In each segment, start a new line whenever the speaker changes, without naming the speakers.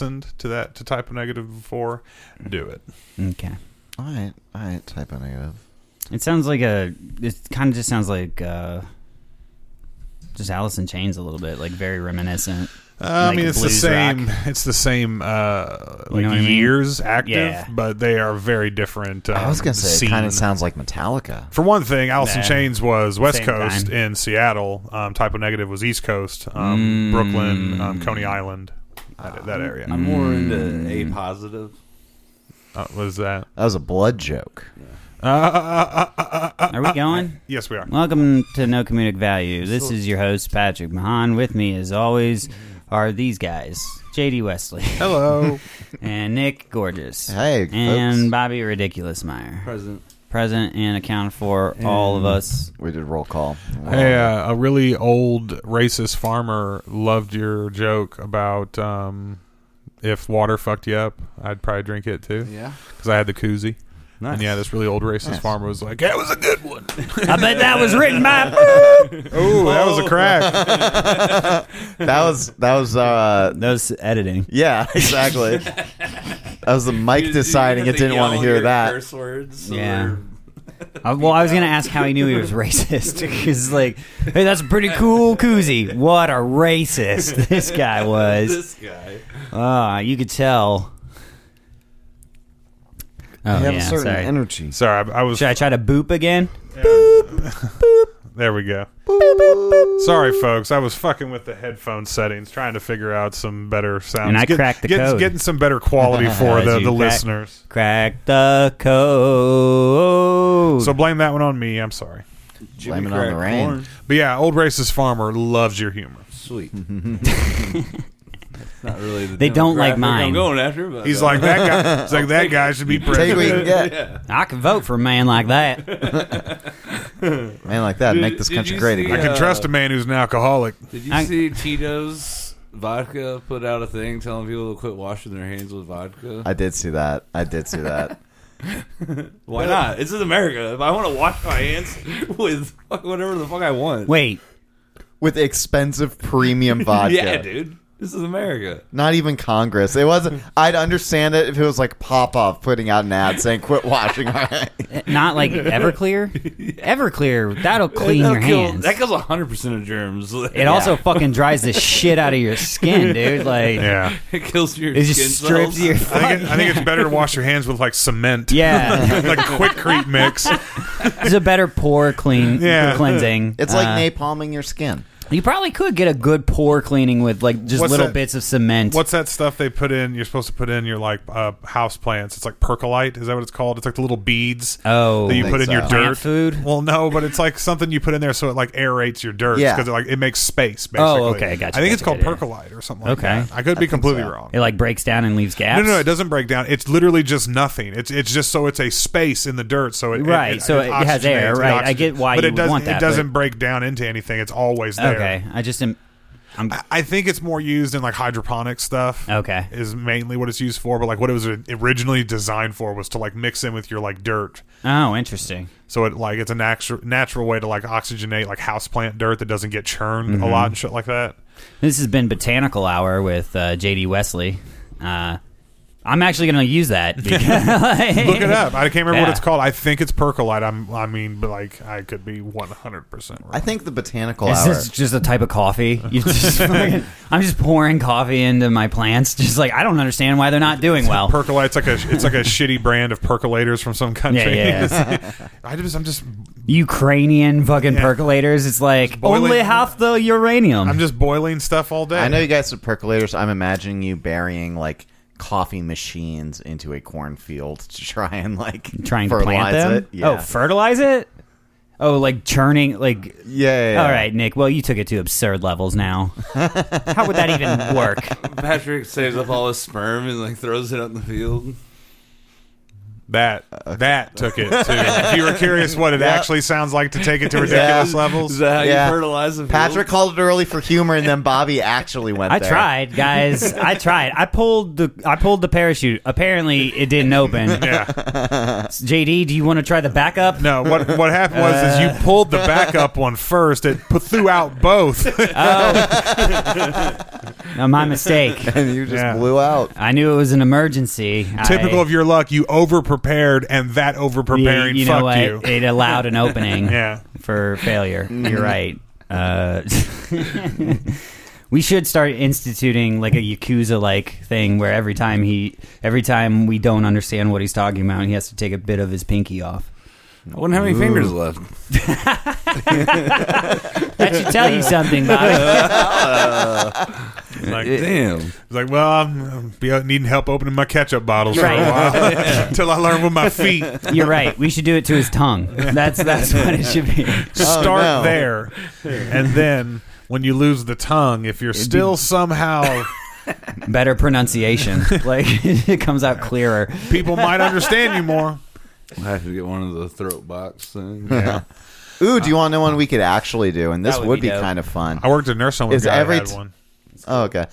listened to that to type negative before, Mm-hmm. do it.
Okay.
All right, all right. Type a negative.
It sounds like a. It kind of just sounds like uh, just Alice in Chains a little bit, like very reminiscent.
Uh, I
Like
mean, it's the
blues
same.
rock.
It's the same. Uh, like
know what I mean?
years active,
Yeah.
but they are very different. Um,
I was gonna say it kind
scene.
of sounds like Metallica.
For one thing, Alice in
Nah.
Chains was West
Same
Coast
time.
in Seattle. Um, Typo Negative was East Coast, um,
Mm.
Brooklyn, um, Coney Island, that,
Um,
that area.
I'm more
Hmm.
into A positive.
Uh, was that?
That was a blood joke.
Uh, uh, uh, uh, uh,
Are we going?
yes, we are.
Welcome to No Comedic Value. This is your host Patrick Mahan. With me, as always, are these guys: JD Wesley
Hello.
and Nick Gorgeous.
Hey,
and
folks.
Bobby Ridiculous Meyer,
Present.
present and accounted for all of us.
We did roll call.
hey, uh, a really old racist farmer loved your joke about um, if water fucked you up, I'd probably drink it too
Yeah.
because I had the koozie.
Nice.
And yeah, this really old racist
Nice.
farmer was like, "That was a good one."
I bet that was written by.
oh, that was a crack.
that was that was uh
that was editing.
yeah exactly. that was the mic deciding it didn't want to hear that.
Curse words.
Yeah. Uh, well, I was going to ask how he knew he was racist. Because, like, hey, that's a pretty cool koozie. What a racist this guy was.
This guy.
Ah, you could tell. Oh,
They have
yeah,
a certain
sorry.
energy.
Sorry, I, I was.
Should I try to boop again?
There we go. Sorry, folks. I was fucking with the headphone settings, trying to figure out some better sounds.
And I cracked the code.
Getting some better quality for
As
the,
you
the
crack-
listeners.
Crack the code.
So blame that one on me. I'm sorry.
Blame it on the
Crack
rain.
corn.
But yeah, old racist farmer loves your humor.
Sweet. It's not really the
They don't like
demographic
mine.
I'm going after, but uh,
He's like that guy. He's like that guy should be
Take what you can
president.
get,
I could vote for a man like that.
man. Like that,
Did-
make this
did
country
you
great
see,
I
again.
can trust a man who's an alcoholic.
Did you
I-
see Tito's vodka put out a thing telling people to quit washing their hands with vodka?
I did see that. I did see that.
Why not? This is America. If I want to wash my hands with fuck- whatever the fuck I want,
Wait,
With expensive premium vodka.
yeah, dude, this is America.
Not even Congress. It wasn't. I'd understand it if it was like Popov putting out an ad saying "Quit washing our hands."
not like Everclear? Everclear, that'll clean
That'll
your
kill-
hands.
That kills hundred percent of germs. It
It also fucking dries the shit out of your skin, dude. Like,
Yeah.
it kills your
it
skin
just strips
cells.
your.
I think, it, I think it's better to wash your hands with like cement.
Yeah,
like quickcrete mix.
it's a better pore clean
Yeah.
cleansing.
It's like
Uh,
napalming your skin.
you probably could get a good pore cleaning with like just
What's
little
that-
bits of cement.
What's that stuff they put in? You're supposed to put in your like uh, house plants. It's like percolite. Is that what it's called? It's like the little beads.
oh
that you
think
put in your
so.
dirt
Plant food?
Well, no, but it's like something you put in there so it like aerates your dirt.
Yeah.
because it like it makes space. Basically.
Oh, okay, gotcha,
I think it's
gotcha,
called
yeah, yeah.
percolite or something. like
Okay.
that. I could be completely
so.
wrong.
it like breaks down and leaves
No,
gaps.
no, no, it doesn't break down. It's literally just nothing. It's it's just so it's a space in the dirt, so it it-
Right,
It,
so it has air,
oxygenates,
right. I
oxygen-
get why
but
you
it
would
doesn't.
want
it
that,
doesn't
but-
break down into anything. It's always there.
Okay, I just am. I'm
I think it's more used in like hydroponic stuff.
Okay.
is mainly what it's used for. But like what it was originally designed for was to like mix in with your like dirt.
oh interesting.
So it like it's a natural natural way to like oxygenate like houseplant dirt that doesn't get churned a
Mm-hmm.
lot and shit like that.
This has been Botanical Hour with uh, JD Wesley. Uh, I'm actually going to use that. Because
Look it up. I can't remember what
Yeah.
it's called. I think it's percolite. I'm I mean, but like I could be 100 percent
I
right.
think the botanical
Is
hour.
this just a type of coffee? You just fucking- I'm just pouring coffee into my plants. Just like I don't understand why they're not doing well.
Percolite's like a it's like a shitty brand of percolators from some
Yeah,
country.
yeah.
I just I'm just
Ukrainian fucking
Yeah.
percolators. It's like
boiling-
only half the uranium.
I'm just boiling stuff all day.
I know you guys have percolators. I'm imagining you burying like coffee machines into a cornfield to try and like
trying to plant
fertilize
them.
It. Yeah.
Oh, fertilize it. Oh, like churning. Like
yeah, yeah, yeah.
all right, Nick. Well, you took it to absurd levels now. How would that even work?
Patrick saves up all his sperm and like throws it out in the field.
That that took it to. if you were curious what it
Uh, Yeah.
actually sounds like to take it to ridiculous
Is
levels,
that how
Yeah.
you fertilize the field?
Patrick called it early for humor, and then Bobby actually went.
I
there.
tried, guys. I tried. I pulled the I pulled the parachute. Apparently, it didn't open.
yeah.
JD, do you want to try the backup?
No, what what happened was is
Uh.
you pulled the backup one first. It put, threw out both.
Oh. No, my mistake.
and you just
Yeah.
blew out.
I knew it was an emergency.
Typical
I,
of your luck, you over prepared, and that over preparing
you know
fucked
what?
you.
It allowed an opening
Yeah.
for failure. You're right. Uh, we should start instituting like a yakuza like thing where every time he, every time we don't understand what he's talking about, he has to take a bit of his pinky off.
I wouldn't have any fingers left.
That should tell you something, Bobby.
Like, it's
Damn.
like, well, I'm, I'm be out needing help opening my ketchup bottles for
Right.
a while until I learn with my feet.
You're right. We should do it to his tongue. That's that's what it should be.
Start
no.
there, and then when you lose the tongue, if you're still somehow,
Better pronunciation. Like it comes out clearer.
people might understand you more.
I have to get one of the throat box things.
Ooh, do you want to know one we could actually do? And this
Uh. That
would,
would be
be,
dope.
kind of fun.
I worked at nurse home.
Is
With a guy
every
every had
t-
one.
Oh, okay.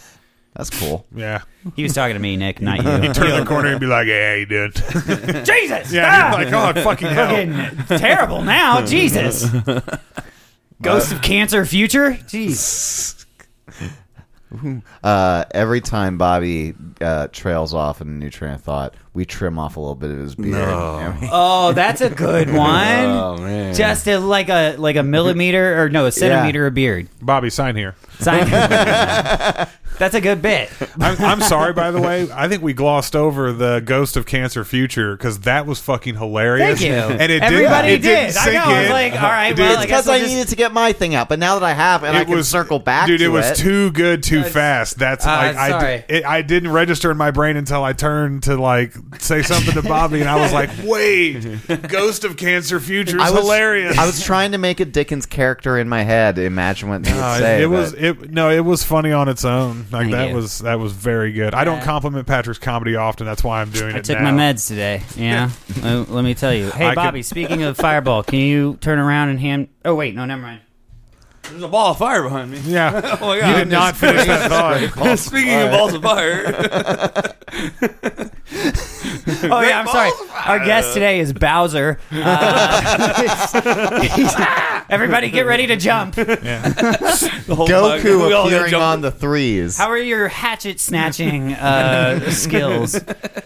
That's cool.
Yeah,
He was talking to me, Nick, not you.
turn the corner and be like, "Yeah, you did."
Jesus!
yeah, you're like, "Oh, fucking hell!"
fucking terrible now. Jesus. Ghost of Cancer Future? Jeez.
Uh, every time Bobby uh, trails off in a new train of thought, we trim off a little bit of his beard. And we-
Oh, that's a good one.
Oh man.
Just a, like a like a millimeter or no, a centimeter of beard.
Bobby, sign here.
Sign- that's a good bit.
I'm, I'm sorry, by the way. I think we glossed over the ghost of cancer future because that was fucking hilarious.
Thank you.
And it
Everybody
didn't, it didn't
I
sink
know. I was
in.
like, all right,
It did.
well, I guess
Because
we'll
I
just-
needed to get my thing out, but now that I have, and I can circle back
dude.
to
it was too good, too fast. That's
Uh,
like I,
sorry.
I, it, I didn't register in my brain until I turned to like say something to Bobby, and I was like, wait, ghost of cancer future is
I was
hilarious.
I was trying to make a Dickens character in my head. Imagine what they would
Uh,
say.
it was
but-
it no it was funny on its own like
Thank
that
you.
was that was very good i don't
Yeah.
compliment patrick's comedy often that's why i'm doing
I
it
took
now.
my meds today. Yeah, let, let me tell you. Hey,
I could-
Bobby. Speaking of Fireball, can you turn around and hand? Oh wait, no, never mind.
There's a ball of fire behind me.
yeah
Oh my god.
you did not finish that thought
Speaking of balls of fire,
Oh yeah, I'm sorry. Our guest today is Bowser. Uh, he's- everybody, get ready to jump.
Yeah.
the
Oh
whole fucking- we
Goku
all
appearing
jumped-
on the threes.
How are your hatchet snatching uh, skills?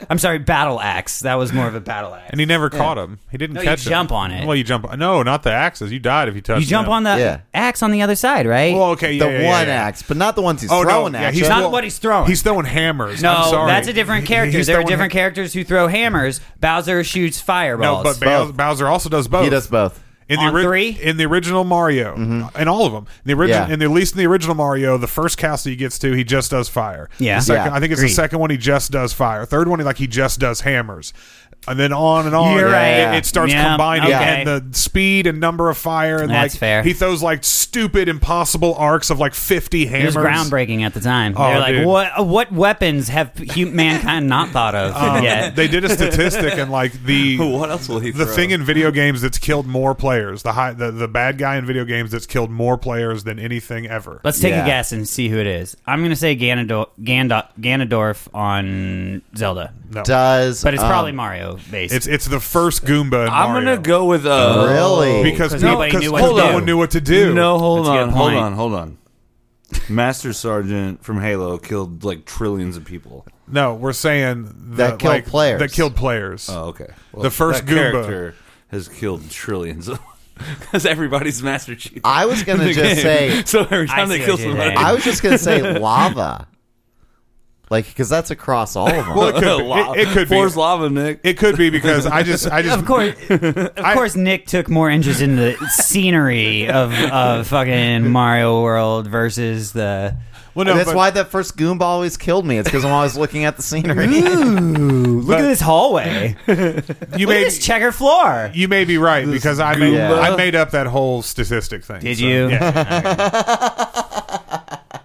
I'm sorry, battle axe. That was more of a battle axe.
And he never caught him. He didn't
No, you
catch him.
jump on it.
Well, you jump. No, not the axes. You died if you touched.
You jump
them.
on the
Yeah.
axe on the other side, right?
Well, okay, yeah,
the
yeah, yeah,
one
yeah.
axe, but not the ones he's
Oh
throwing
no,
at
yeah,
you.
he's
Not
throwing-
what he's throwing.
He's throwing hammers.
no,
I'm sorry.
that's a different character.
He's
there are
throwing
different
ha-
characters who throw hammers. Bowser shoots
No,
fireballs.
but Bow-
Both.
Bowser also does both.
He does both.
In the
On
ori-
three?
in the original Mario, in all of them, in the original,
Yeah.
in the, at least in the original Mario, the first castle he gets to, he just does fire.
Yeah.
The second,
Yeah,
I think it's
agreed.
the second one he just does fire. Third one, he like he just does hammers, and then on and on.
You're
it-
right.
It, it starts
Yeah,
combining
okay.
and the speed and number of fire. And
That's
like,
fair.
He throws like stupid, impossible arcs of like fifty
It was
hammers.
groundbreaking at the time.
Oh,
they were like,
dude.
what what weapons have hu- mankind not thought of
Um,
yet?
They did a statistic and like the
What else will he?
the
throw?
thing in video games that's killed more players. The high the, the bad guy in video games that's killed more players than anything ever.
Let's take a
Yeah.
guess and see who it is. I'm going to say Ganondorf, Gandor- Ganondorf on Zelda,
No.
Does
but it's
um,
probably Mario based.
It's it's the first Goomba. In
I'm
Mario.
gonna go with uh,
um, Really?
Oh. because
'Cause
people-
nobody knew what
no
to do.
one knew what to do.
No, hold
That's a good
on, hold
point.
on, hold on. Master Sergeant from Halo killed like trillions of people.
no, we're saying the,
That killed
like,
players.
That killed players.
Oh, okay. Well,
The first
that
Goomba.
character has killed trillions of because everybody's Master Chief.
I was
in
gonna
the
just
game.
say
so every time
see
they
what
kill
you
somebody,
did.
I was just gonna say lava, like because that's across all of them.
Well, it could, be, it, it could be.
Force lava, Nick.
It could be because I just I just
of course, of course, Nick took more interest in the scenery of, of fucking Mario World versus the.
Well, no,
that's
but-
why that first Goomba always killed me. It's because I'm always looking at the scenery.
Ooh, look at this hallway. Look
you
at
may
this checker floor.
you may be right because I made
Goomba.
I made up that whole statistic thing.
Did
so,
you?
Yeah.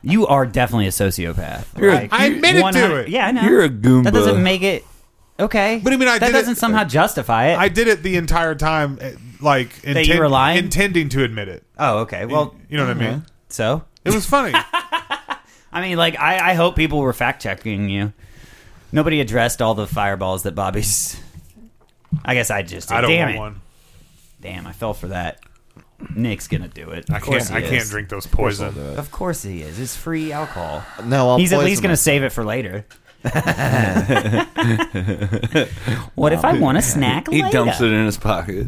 You are definitely a sociopath.
a-
Like,
I admitted to
100
it.
Yeah, I know.
You're a Goomba.
That doesn't make it okay.
What do you mean I
that
did it-
doesn't somehow justify it.
I did it the entire time, eh, like
you were lying?
intending to admit it.
oh, okay. Well, uh-huh.
you know what I mean.
so
It was funny.
I mean, like, I, I hope people were fact checking you. Nobody addressed all the fireballs that Bobby's. I guess I just. Did.
I don't
Damn
want
it.
one.
Damn, I fell for that. Nick's gonna do it.
I
Of course
can't. I
he
can't
is.
drink those
course I'll do
poison.
it.
Of course he is. It's free alcohol.
No, I'll
He's at
poison
least gonna
myself.
save it for later. what if I want a snack
He
later?
dumps it in his pocket.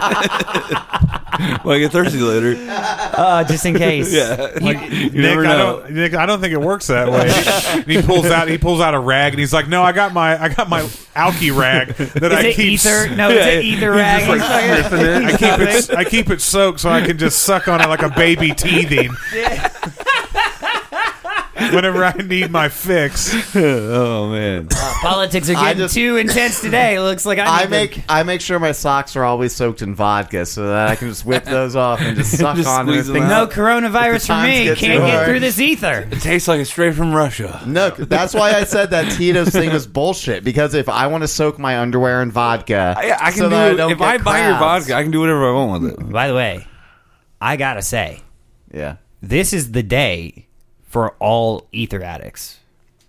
well, I get thirsty later.
Uh, just in case.
Yeah. you
Nick,
never
I
know.
don't. Nick, I don't think it works that way. and he pulls out. He pulls out a rag, and he's like, "No, I got my. I got my alky rag that
Is
I
it
keep.
ether? No, it's an
Yeah.
ether rag.
I keep it. I keep it soaked so I can just suck on it like a baby teething. Whenever I need my fix,
oh, man.
Politics are
I
getting
just-
too intense today. Looks like I,
I
need to-
make I make sure my socks are always soaked in vodka so that I can just whip those off and just suck
Just
on
squeeze
them.
them
no
out.
coronavirus for
times
me.
get too
Can't get
hard.
through this ether.
It tastes like it's straight from Russia.
No, that's why I said that Tito's thing was bullshit. Because if I want to soak my underwear in vodka,
I, I can
so
do,
that I don't
if
get
I buy your
crowds-
vodka, I can do whatever I want with it.
By the way, I gotta say,
yeah,
this is the day for all ether addicts.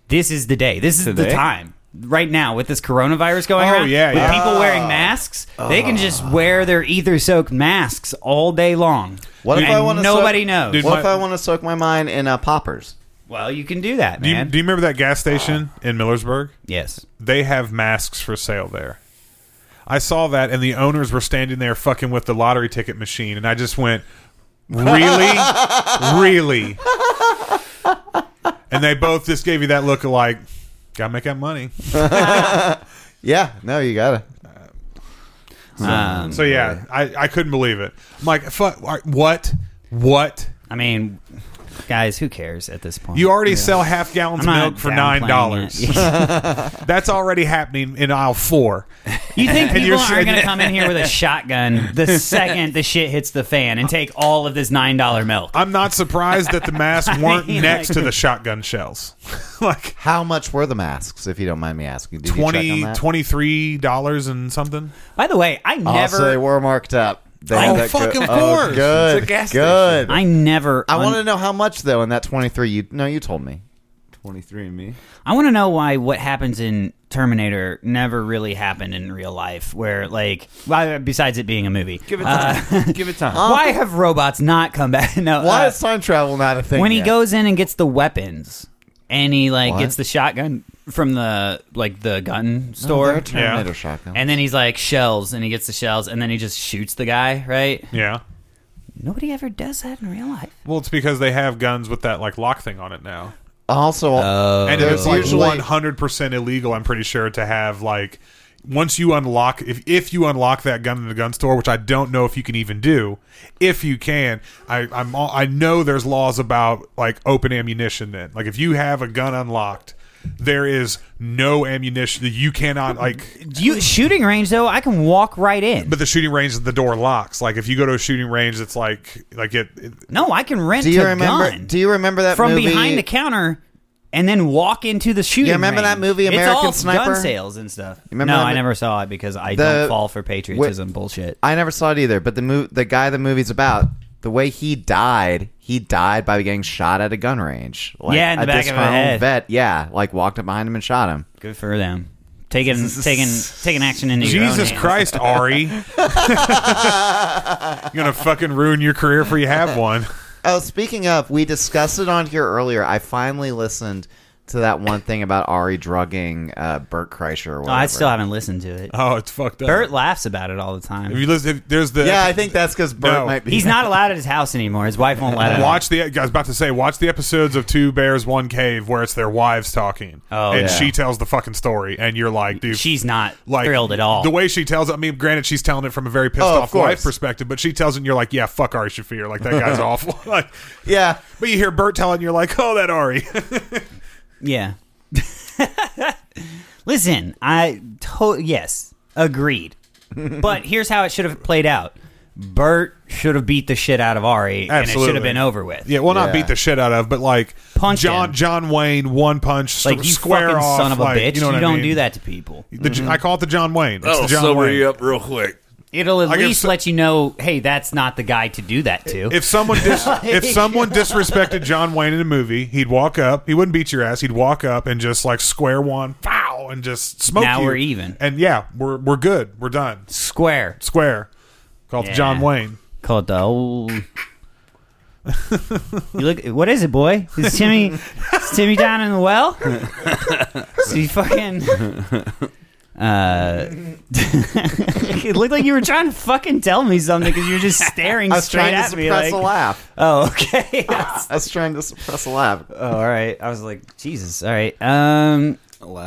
This is the day. This is the
Today?
time. Right now, with this coronavirus going
Oh,
around,
yeah,
with
yeah. Oh.
people wearing masks, they can just wear their ether soaked masks all day long.
What if
And
I wanna
Nobody
soak-
knows.
Dude,
what
my-
if I want to soak my mind in uh, poppers?
well, you can do that,
do you,
man.
do you remember that gas station in Millersburg?
yes.
They have masks for sale there. I saw that, and the owners were standing there fucking with the lottery ticket machine, and I just went, "Really, really." And they both just gave you that look of like, "Gotta make that money."
Yeah, no, you gotta.
Um,
So yeah, I, I couldn't believe it. I'm like, fuck, what, what?
I mean, guys, who cares at this point?
You already sell half gallons
I'm
of
not
milk for
downplaying
nine dollars.
it.
That's already happening in aisle four.
you think people
you're
aren't going
sitting-
to come in here with a shotgun the second the shit hits the fan and take all of this nine dollar milk?
I'm not surprised that the masks weren't
mean,
next
like-
to the shotgun shells. like
How much were the masks, if you don't mind me asking? Did you check
twenty
on that?
twenty three dollars and something.
By the way, I never.
Also, they were marked up. They
Oh,
had that
fuck,
good-
of
oh,
course.
good,
It's a gas
good.
I never.
I
un-
want to know how much though in that twenty three. You no, you told me.
23 and me.
I want to know why what happens in Terminator never really happened in real life. Where like, why, besides it being a movie,
Give it
Uh,
time. Give it time.
why have robots not come back? No,
Why
uh,
is time travel not a thing?
when he
yet?
goes in and gets the weapons, and he like
What?
gets the shotgun from the like the gun
Oh,
store,
they're a Terminator shotgun.
and then he's like shells, and he gets the shells, and then he just shoots the guy. Right?
Yeah.
Nobody ever does that in real life.
Well, it's because they have guns with that like lock thing on it now,
also,
uh,
and it's
There's
like
usually-
one hundred percent illegal. I'm pretty sure to have like once you unlock if if you unlock that gun in the gun store, which I don't know if you can even do. If you can, I I'm all, I know there's laws about like open ammunition. Then, like if you have a gun unlocked, there is no ammunition that you cannot like.
You shooting range though, I can walk right in.
But the shooting range, the door locks. Like if you go to a shooting range, it's like like it. it
no, I can rent
do you
a
remember?
gun.
Do you remember that
from
movie?
behind the counter and then walk into the shooting.
You remember
range.
that movie, American
it's all
Sniper?
Gun sales and stuff.
remember
no,
that
I
mo-
never saw it because I
The-
don't fall for patriotism bullshit.
I never saw it either. But the mov- the guy the movie's about, the way he died, he died by getting shot at a gun range. Like,
Yeah, in the
a
back of the
disgruntled
head.
Vet, yeah, like walked up behind him and shot him.
Good for them. Taking taking taking action into your own
Jesus
hands.
Christ, Ari. You're gonna fucking ruin your career before you have one.
Oh, speaking of, we discussed it on here earlier. I finally listened to that one thing about Ari drugging uh, Bert Kreischer. Or
Oh,
whatever.
I still haven't listened to it.
Oh, it's fucked up.
Bert laughs about it all the
if
time.
you listen, if there's the
Yeah, I think that's because Bert
No.
might be.
He's not allowed at his house anymore. His wife won't let him.
watch the. I was about to say, watch the episodes of Two Bears One Cave where it's their wives talking,
Oh,
and
yeah.
she tells the fucking story, and you're like, dude,
She's not
like
thrilled at all.
The way she tells it, I mean, granted, she's telling it from a very pissed
Oh, of
off wife
course.
perspective, but she tells it, and you're like, yeah, fuck Ari Shafir, like that guy's awful. Like,
Yeah,
but you hear Bert telling, you're like, oh, that Ari.
Yeah. Listen, I to- yes, agreed. but here's how it should have played out. Bert should have beat the shit out of Ari, and it should
Absolutely.
have been over with.
Yeah, well, not
Yeah.
beat the shit out of, but like
Punch
John
him.
John Wayne one punch
Like
s-
you
square
fucking
off,
son of a
like,
bitch,
You,
you,
know what I
don't
mean?
do that Mm-hmm. to people.
The J- I call it the John Wayne. It's
That'll
the John
sober
Wayne.
you up real quick.
It'll at
Like, if
least
so-
let you know, hey, that's not the guy to do that to.
If someone dis- if someone disrespected John Wayne in a movie, he'd walk up. He wouldn't beat your ass. He'd walk up and just like square one, pow, now and just smoke
Now
you.
we're even.
And yeah, we're we're good. We're done.
Square.
Square. Called
Yeah.
John Wayne.
Call it the old. you look. What is it, boy? Is Timmy? is Timmy down in the well? so you fucking. Uh, it looked like you were trying to fucking tell me something because you were just staring
I was
straight
trying to
at me.
suppress
Like,
a laugh.
oh, okay.
I was trying to suppress a laugh.
oh, all right. I was like, Jesus. All right. Um,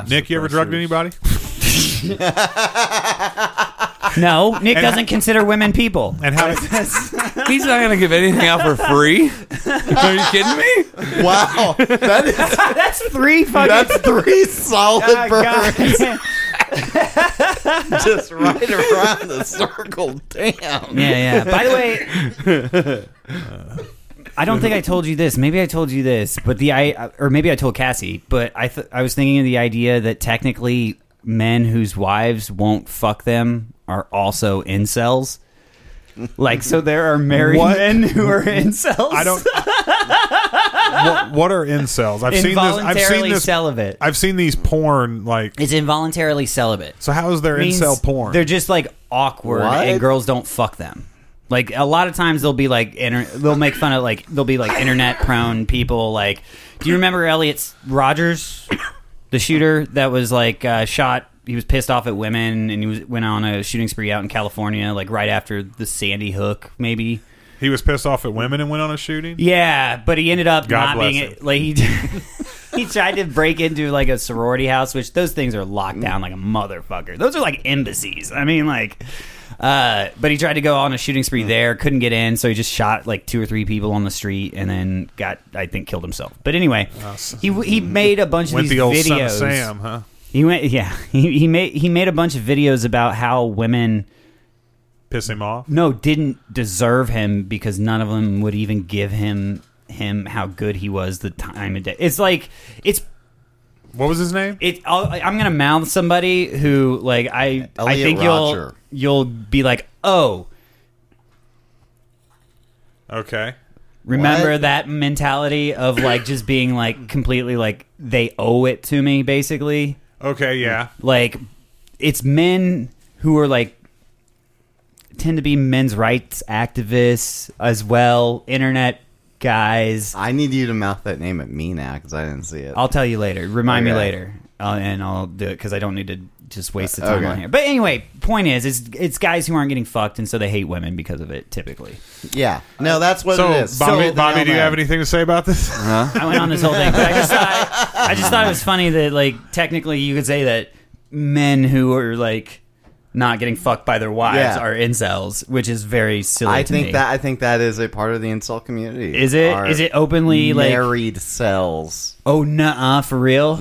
Nick, you ever drugged anybody?
no, Nick doesn't consider women people.
And how did,
He's not gonna give anything out for free. Are you kidding me?
Wow, that is
That's three fucking.
that's three solid
Ah,
burns
God.
just right around the circle. Damn.
Yeah, yeah. By the way,
Uh,
I don't think I told you this. Maybe I told you this, but the I or maybe I told Cassie. But I th- I was thinking of the idea that technically men whose wives won't fuck them are also incels. Like, so there are married
What?
men who are incels.
I don't. what, what are incels? I've seen this. I've seen
involuntarily
this.
celibate.
I've seen these porn like.
it's involuntarily celibate.
So how is there
means
incel porn?
They're just like awkward,
What?
and girls don't fuck them. Like a lot of times they'll be like, inter- they'll make fun of like they'll be like internet prone people. Like, do you remember Elliot Rogers, the shooter that was like uh, shot? He was pissed off at women, and he was went on a shooting spree out in California, like right after the Sandy Hook, maybe.
he was pissed off at women and went on a shooting.
Yeah, but he ended up
God
not
bless
being
him.
like he. he tried to break into like a sorority house, which those things are locked down like a motherfucker. Those are like embassies. I mean, like. Uh, but he tried to go on a shooting
Mm.
spree there, couldn't get in, so he just shot like two or three people on the street, and then got, I think, killed himself. But anyway, he he made a bunch of
Went
these
the old
videos.
son of Sam, huh?
He went, yeah, he, he made he made a bunch of videos about how women
Piss him off.
no didn't deserve him because none of them would even give him him how good he was the time of day it's like it's
What was his name?
it I'll, i'm gonna mouth somebody who like i i
Elliot
think
Rodger.
you'll you'll be like oh
Okay.
remember
What?
that mentality of like just being like completely like they owe it to me basically
Okay. Yeah.
like it's men who are like tend to be men's rights activists as well internet guys
I need you to mouth that name at me now because I didn't see it.
I'll tell you later. Remind me
Okay.
later, uh, and I'll do it because I don't need to just waste the time
Uh, Okay.
on here. But anyway, point is, it's it's guys who aren't getting fucked, and so they hate women because of it. Typically,
yeah. No, that's what
So,
it is.
Bobby,
So-
Bobby, do you have anything to say about this?
I went on this whole thing, but I just thought I just thought it was funny that like technically you could say that men who are like not getting fucked by their wives
Yeah.
are incels, which is very silly.
I
to
think
me.
that I think that is a part of the insult community.
is it.
Our
Is it openly like
married Mm. cells?
oh nah for real?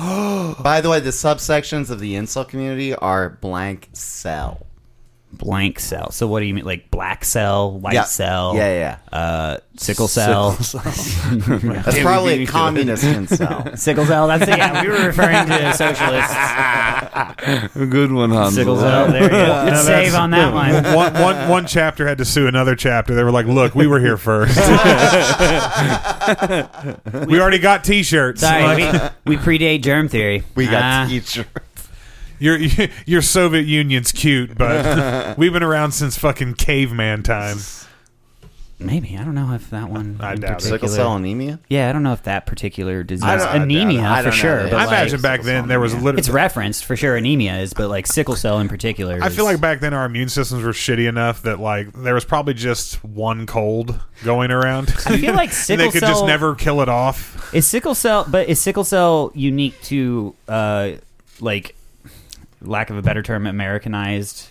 By the way, the subsections of the insult community are blank cell.
Blank cell. So what do you mean like black cell, white
Yeah.
cell,
Yeah, yeah.
uh, sickle cell?
That's probably a communist incel.
Sickle cell. That's it. Yeah, we were referring to socialists.
A good one, Hans.
Sickle cell. There you go. Good save on that one.
one, one, one chapter had to sue another chapter. They were like, "Look, we were here first. we already got T-shirts. Like,
Sorry, we, we predate germ theory.
We got
Ah,
teacher.
your your Soviet Union's cute, but we've been around since fucking caveman time.
maybe I don't know if that one.
I
in
doubt it.
Sickle
particular-
cell anemia.
Yeah, I don't know if that particular disease.
I don't- I doubt it.
anemia
I
for
don't know.
sure. But
I
like,
imagine back then there was
it's
literally.
referenced for sure. Anemia is, but like sickle cell in particular.
I
is-
feel like back then our immune systems were shitty enough that like there was probably just one cold going around.
I feel like
and they
sickle
could
cell
just never kill it off.
is sickle cell, but is sickle cell unique to uh, like lack of a better term, Americanized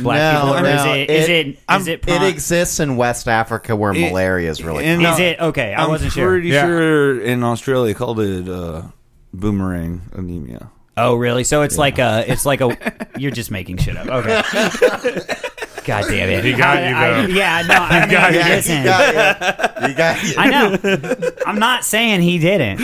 black
No,
people, or is
no,
it is
it-
it is
I'm-
it prompt-
exists in West Africa where malaria is really.
and-
common.
No,
Is it okay? I
I'm
wasn't sure.
pretty
Yeah.
sure in Australia called it uh, boomerang anemia.
Oh, really? So it's like a, it's like a. You're just making shit up. Okay. God damn it!
He got you,
I- I-
though.
yeah, no, I mean,
got you.
Yeah,
listen,
you got it. You got it.
I know. I'm not saying he didn't.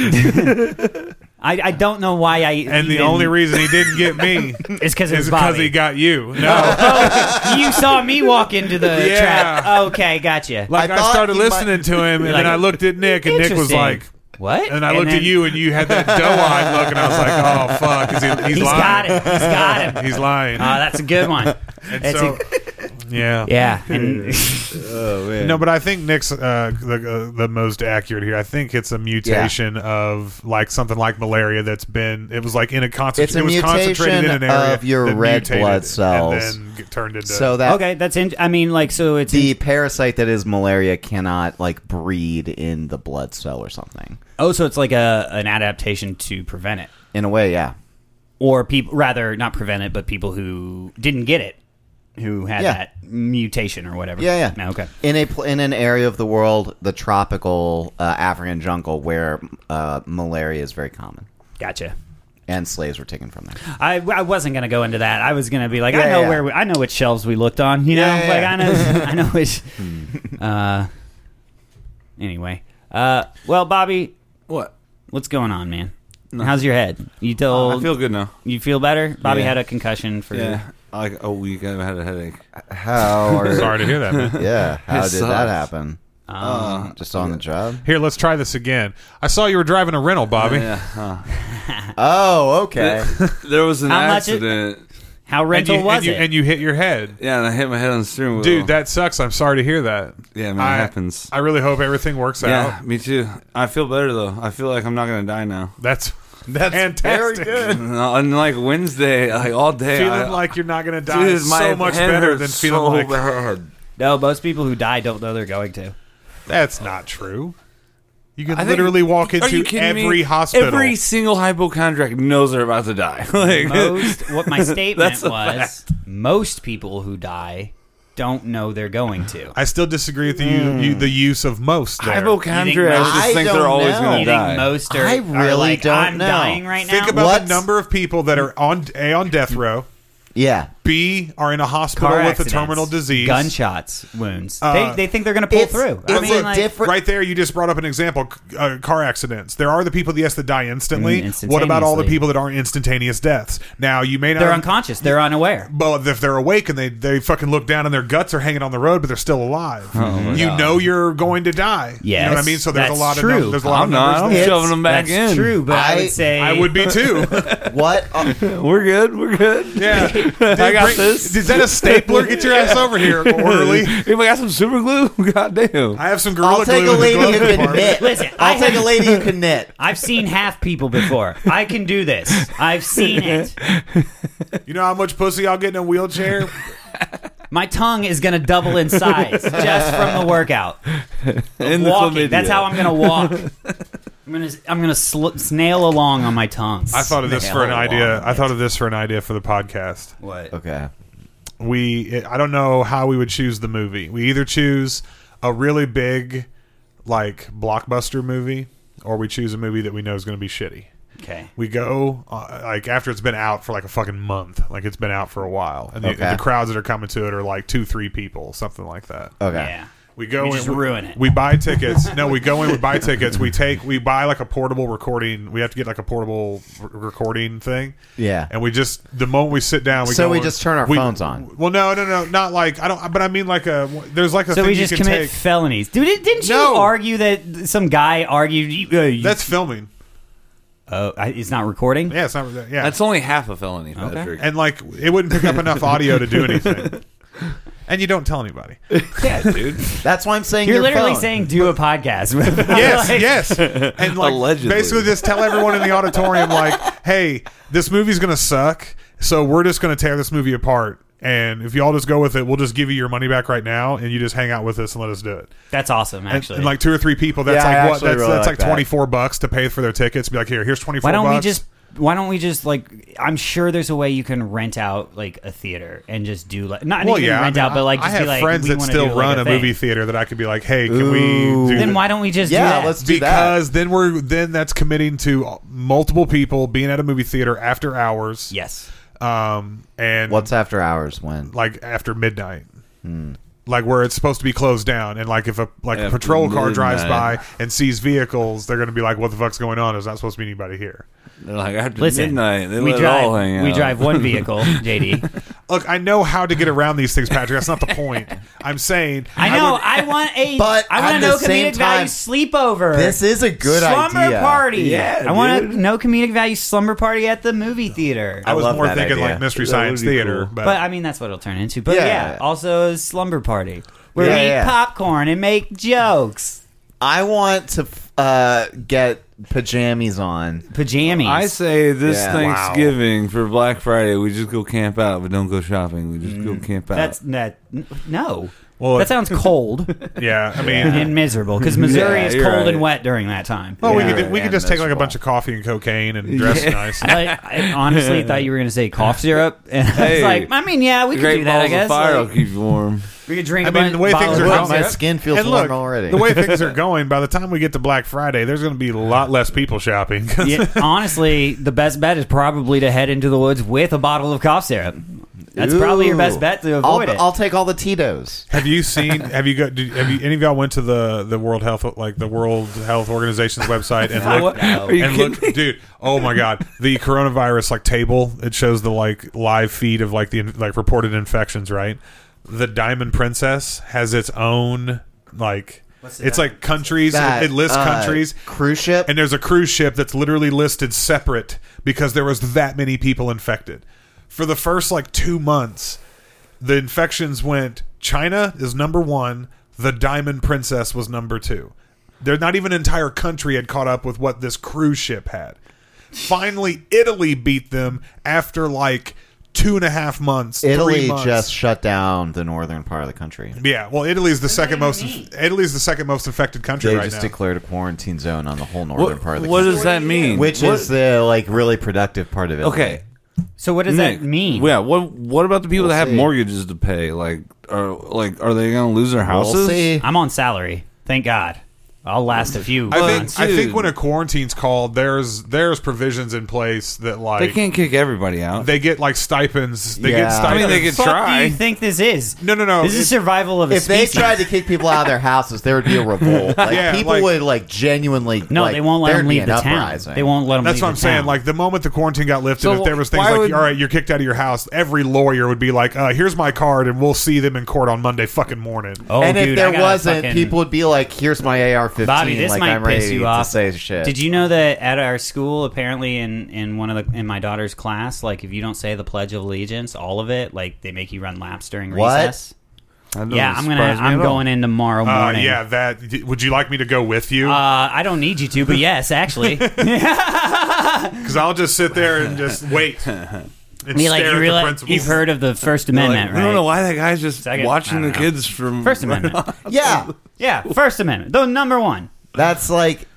I, I don't know why I.
And the only reason he didn't get me
is because it
is
was
because
Bobby.
he got you. No.
oh, you saw me walk into the
Yeah.
trap. Okay, gotcha.
Like
I
I,
thought
started
he might-
listening to him, and
Like,
then I looked at Nick, and Nick was
interesting.
like,
What?
And I looked
then-
at you, and you had that doe-eyed look, and I was like, "Oh fuck, is he, he's,
He's
lying.
got it. He's got him.
He's lying."
Oh, that's a good one.
and
that's
so,
a-
yeah,
Yeah. And
Oh man.
No, but I think Nick's uh, the uh, the most accurate here. I think it's a mutation of like something like malaria that's been. It was like in a
It's a
concentration. It was concentrated in an area
mutation of your
that
red
mutated
blood cells.
and then g- turned into.
So that
okay, that's in. I mean, like, so it's
the parasite that is malaria cannot like breed in the blood cell or something.
oh, so it's like a an adaptation to prevent it,
In a way, yeah.
or people rather not prevent it, but people who didn't get it, who had
Yeah.
that mutation or whatever.
Yeah, yeah.
Okay.
In a pl- in an area of the world, the tropical uh, African jungle where uh, malaria is very common,
Gotcha.
and slaves were taken from there.
I, I wasn't gonna go into that. I was gonna be like, I
Yeah,
know
yeah.
where we, I know which shelves we looked on. You know,
Yeah, yeah,
like
yeah.
I know I know which. uh, anyway, uh, well, Bobby,
what?
what's going on, man? How's your head? You told
Uh,
I feel good now.
you feel better. Bobby
Yeah.
had a concussion for
Yeah. Like a week I've had a headache.
How? Are,
Sorry to hear that. Man.
Yeah. How did
It sucks.
that happen?
Uh,
Just on the job?
Here, let's try this again. I saw you were driving a rental, Bobby.
yeah. huh.
Oh, okay.
there was an
How much it-
accident.
how
And
rental
you,
was
and you,
it?
and you hit your head,
Yeah, and I hit my head on the steering wheel.
dude. That sucks. I'm sorry to hear that.
Yeah, man, it
I-
happens.
I really hope everything works
yeah,
out.
me too. I feel better though. I feel like I'm not gonna die now.
That's that's fantastic.
Unlike Wednesday, like all day,
Feeling
I,
like you're not gonna die
dude,
is
my
so much
head
better
hurts
than feeling like
so bad.
no, most people who die don't know they're going to.
that's not true. You
I
can
think-
literally walk
Are you
into
kidding
every
me?
hospital.
Every single hypochondriac knows they're about to die. Like,
Most what my statement
That's a
was: most people who die don't know they're going to.
I still disagree with you, you the use of most. There.
hypochondriacs
most-
just think
I
they're
don't
always
know.
going
you
to die.
think most are,
I
are
really
like,
don't
I'm
know.
dying right
Think
now.
about
What's-
the number of people that are on a on death row.
yeah.
B are in a hospital
Car
with
accidents,
a terminal disease.
gunshots, wounds.
Uh,
they, they think they're going to pull
it's-
through. I
it's
mean,
a
like,
different-
Right there, you just brought up an example: c- uh, car accidents. There are the people, yes, that die instantly.
Mm,
What about all the
instantaneously.
people that aren't instantaneous deaths? Now you may not.
they're unconscious. They're unaware.
But if they're awake and they, they fucking look down and their guts are hanging on the road, but they're still alive, you know you're going to die. you know what I
Yes,
mean. So there's a
that's
lot of
true.
num- there's a lot
I'm
of
not. I'm
numbers. there.
shoving them back
That's
in.
true, but I,
I-
would say
I would be too.
What? uh,
We're good. We're good.
Yeah,
I got
Bring-
this.
Is that a stapler? Get your ass over here, orderly.
Anybody got some super glue? God damn.
I have some gorilla
I'll take a
glue. in the
lady
glove
who can
compartment.
knit.
Listen, I
I'll take a
have-
lady who can knit.
I've seen half people before. I can do this. I've seen it.
You know how much pussy I'll get in a wheelchair?
My tongue is going to double in size just from the workout.
In the
Walking.
chlamydia.
That's how I'm going to walk. I'm going to I'm going to sl- snail along on my tongue.
I thought of this for an
Snail
idea.
along.
I thought of this for an idea for the podcast.
What?
Okay.
we I don't know how we would choose the movie. We either choose a really big like blockbuster movie or we choose a movie that we know is going to be shitty.
Okay.
We go uh, like after it's been out for like a fucking month, like it's been out for a while, and the,
Okay.
the crowds that are coming to it are like two, three people, something like that.
Okay.
Yeah.
We go
We
in,
just
we,
ruin it.
We buy tickets. No, we go in. We buy tickets. We take. We buy like a portable recording. We have to get like a portable r- recording thing.
Yeah.
And we just the moment we sit down, we
So
go
we
in-
just turn our
we-
phones on.
Well, no, no, no, not like I don't. But I mean like a there's like a
So
thing
we just
you can
commit
take.
felonies, dude. it- Didn't you
No.
argue that some guy argued? you- Uh, you,
That's filming.
oh, I- it's not recording.
Yeah, it's not. Yeah,
That's only half a felony, Patrick.
and like it wouldn't pick up enough audio to do anything. And you don't tell anybody.
Yeah, dude.
That's why I'm saying
You're
your
literally
phone.
saying do a podcast.
Yes,
Like,
yes. And like
Allegedly.
basically just tell everyone in the auditorium like, "Hey, this movie's going to suck. So we're just going to tear this movie apart." And if y'all just go with it, we'll just give you your money back right now, and you just hang out with us and let us do it.
That's awesome.
And,
Actually,
and like two or three people, that's
Yeah, I
like what?
actually
That's,
really
that's
like
like
that.
twenty four bucks to pay for their tickets. Be like, here, here's twenty four.
why don't we
bucks.
just? Why don't we just like? I'm sure there's a way you can rent out like a theater and just do like not
Well,
even
yeah, I
rent
mean,
out, but like
I
just
have
be like
friends
we
that
wanna
still
do,
run
like,
a,
thing.
movie theater that I could be like, hey, can
Ooh.
we? do
Then
this?
why don't we just do
Yeah,
that?
let's do that.
because then we're then that's committing to multiple people being at a movie theater after hours.
yes.
um, and
What's Hmm. after hours when?
like after midnight, like where it's supposed to be closed down. And like if a like a
After
patrol car drives by
midnight.
and sees vehicles, they're going to be like, "What the fuck's going on? There's not supposed to be anybody here."
They're like after
Listen,
midnight, they
we
let it
drive.
all hang out.
We drive one vehicle, JD.
Look, I know how to get around these things, Patrick. That's not the point. I'm saying
I know. I, want a.
But
I want
at
to know
the same
comedic value
time,
sleepover.
This is a good
slumber
idea.
party.
Yeah,
I want
dude.
to know comedic value slumber party at the movie theater.
I, was
love
more
that
thinking
idea.
like Mystery
That
Science
would be
Theater,
cool.
but,
but I mean, that's what it'll turn into. But
Yeah.
yeah, also slumber party where
Yeah,
we
yeah.
eat popcorn and make jokes.
I want to uh, get pajamas on.
Pajamas.
I say this
Yeah.
Thanksgiving for Black Friday, we just go camp out, but don't go shopping. We just go camp out.
Mm. That's that. n- No.
Well,
that sounds cold
yeah, I mean,
and miserable because Missouri
Yeah,
is cold
you're right.
and wet during that time.
well,
Yeah.
we could we could
And
just take like a
miserable.
bunch of coffee and cocaine and dress
Yeah.
nice.
I, I honestly thought you were going to say cough syrup, and I was
Hey.
like, I mean, yeah, we could
Great
do that.
balls
I guess
of fire
Like,
will keep you warm.
we could drink.
I
a
mean,
bun-
the way
bottle
things
of
are
coke
Well,
going,
my
syrup.
skin feels
and look,
warm already.
the way things are going, by the time we get to Black Friday, there's going to be a lot less people shopping.
Yeah, honestly, the best bet is probably to head into the woods with a bottle of cough syrup. That's probably your
Ooh.
best bet to
I'll,
avoid it.
I'll take all the Tito's.
Have you seen? Have you got? Did, have you any of y'all went to the the World Health like the World Health Organization's website and
No,
looked
no. Are
you
and looked, dude? Oh my god, the coronavirus like table. It shows the like live feed of like the like reported infections. Right, the Diamond Princess has its own like. It's like countries.
That,
it lists
uh,
countries.
Cruise ship.
And there's a cruise ship that's literally listed separate because there was that many people infected. For the first like two months, the infections went China is number one, the Diamond Princess was number two. They're not even an entire country had caught up with what this cruise ship had. Finally, Italy beat them after like two and a half months. three
Italy
months.
just shut down the northern part of the country.
yeah. Well, Italy's the second most. Italy's the second most infected country
They
right
just
now.
declared a quarantine zone on the whole northern
What,
part of the
what
country,
does that mean?
which
What-
is the like really productive part of it.
okay.
so what does
Nick,
that mean?
Yeah. What What about the people that have
see.
mortgages to pay? Like, are like are they going to lose their houses?
we'll see.
I'm on salary. Thank God. I'll last a few
I think
months.
I
dude.
think when a quarantine's called, there's there's provisions in place that
They
like they,
can't kick everybody out.
get like stipends. They
Yeah.
get
I
stipends.
mean, they
What
could
the fuck do
try.
you think this is?
No, no, no.
This
If-
is survival of a
If they
species.
tried to kick people out of their houses, there would be a revolt. Like
Yeah,
people
like-
would like genuinely.
no,
like,
they won't let
there'd
them
be
leave
an
the town.
uprising.
They won't let them.
that's
leave
what I'm
the
saying.
town.
Like the moment the quarantine got lifted,
So
if there was things
why
like,
would-
"All right, you're kicked out of your house," every lawyer would be like, uh, "Here's my card, and we'll see them in court on Monday fucking morning."
oh,
and
dude,
if
I
there
gotta
wasn't,
fucking-
people would be like, "Here's my AR-15.
Bobby, this
like
might
I'm
piss
ready
you
to
off.
say shit."
Did you know that at our school, apparently in in one of the in my daughter's class, like if you don't say the Pledge of Allegiance, all of it, like they make you run laps during
What?
recess. Yeah, I'm gonna. I'm going in tomorrow
Uh,
morning.
yeah, that. d- Would you like me to go with you?
Uh, I don't need you to, but yes, actually.
Because I'll just sit there and just wait and
Me
stare
like
at
you
the
realize
principal.
you've heard of the First Amendment,
I
right?
don't know why that guy's just
Second- I
watching the
don't know.
kids from
First Amendment.
Yeah,
yeah, First Amendment, the number one.
that's like.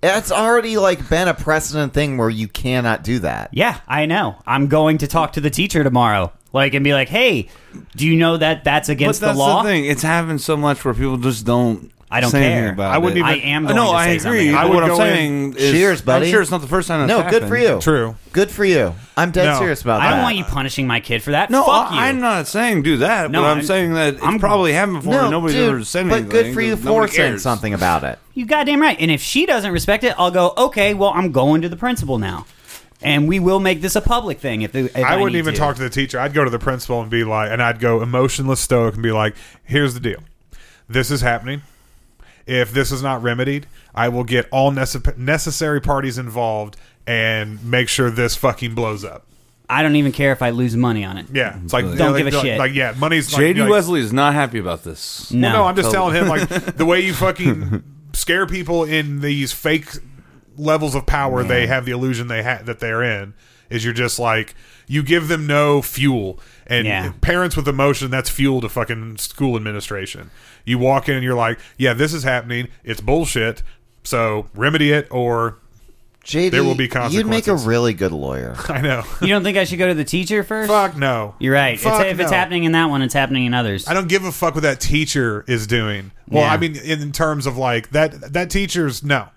That's already like been a precedent thing where you cannot do that.
Yeah, I know. I'm going to talk to the teacher tomorrow, like, and be like, "Hey, do you know that that's
But
against
that's
the law?"
thing. It's happened so much where people just don't.
I don't
say anything
care.
About
I wouldn't
it.
even-
I am
Uh,
going to
no,
say
I agree.
something.
but
I would
what I'm
go
saying is,
Cheers, buddy.
I'm sure it's not the first time. That's
No, good
happened.
for you.
True.
Good for you. I'm dead
No,
serious about
I
that.
don't want you punishing my kid for that.
No,
Fuck
I,
you.
I'm not saying do that.
No,
but I'm
I-
saying that it's
I'm-
probably happened before.
No,
and nobody's
dude,
ever said anything.
but good for you
because
for
nobody
saying
cares.
something about it.
You goddamn right. And if she doesn't respect it, I'll go, okay, well, I'm going to the principal now. And we will make this a public thing if, the, if I,
I wouldn't
need
even
to.
talk to the teacher. I'd go to the principal and be like, and I'd go emotionless stoic and be like, here's the deal. This is happening. If this is not remedied, I will get all nece- necessary parties involved and make sure this fucking blows up.
I don't even care if I lose money on it.
Yeah. It's like,
Don't
yeah,
give
like-
a
like-
shit.
Like, yeah, money's like,
JD
like-
Wesley is not happy about this.
No.
Well, no, I'm just
Totally.
telling him, like, the way you fucking scare people in these fake levels of power they have the illusion they ha- that they're in is you're just like, you give them no fuel. And
Yeah.
parents with emotion, that's fuel to fucking school administration. You walk in and you're like, yeah, this is happening. It's bullshit. So remedy it or.
JD,
There will be
You'd make a
consequences.
really good lawyer.
I know.
You don't think I should go to the teacher first?
Fuck no.
You're right. It's-
Fuck
if it's
no.
happening in that one, it's happening in others.
I don't give a fuck what that teacher is doing. Well,
Yeah.
I mean, in, in terms of like that that teacher's no.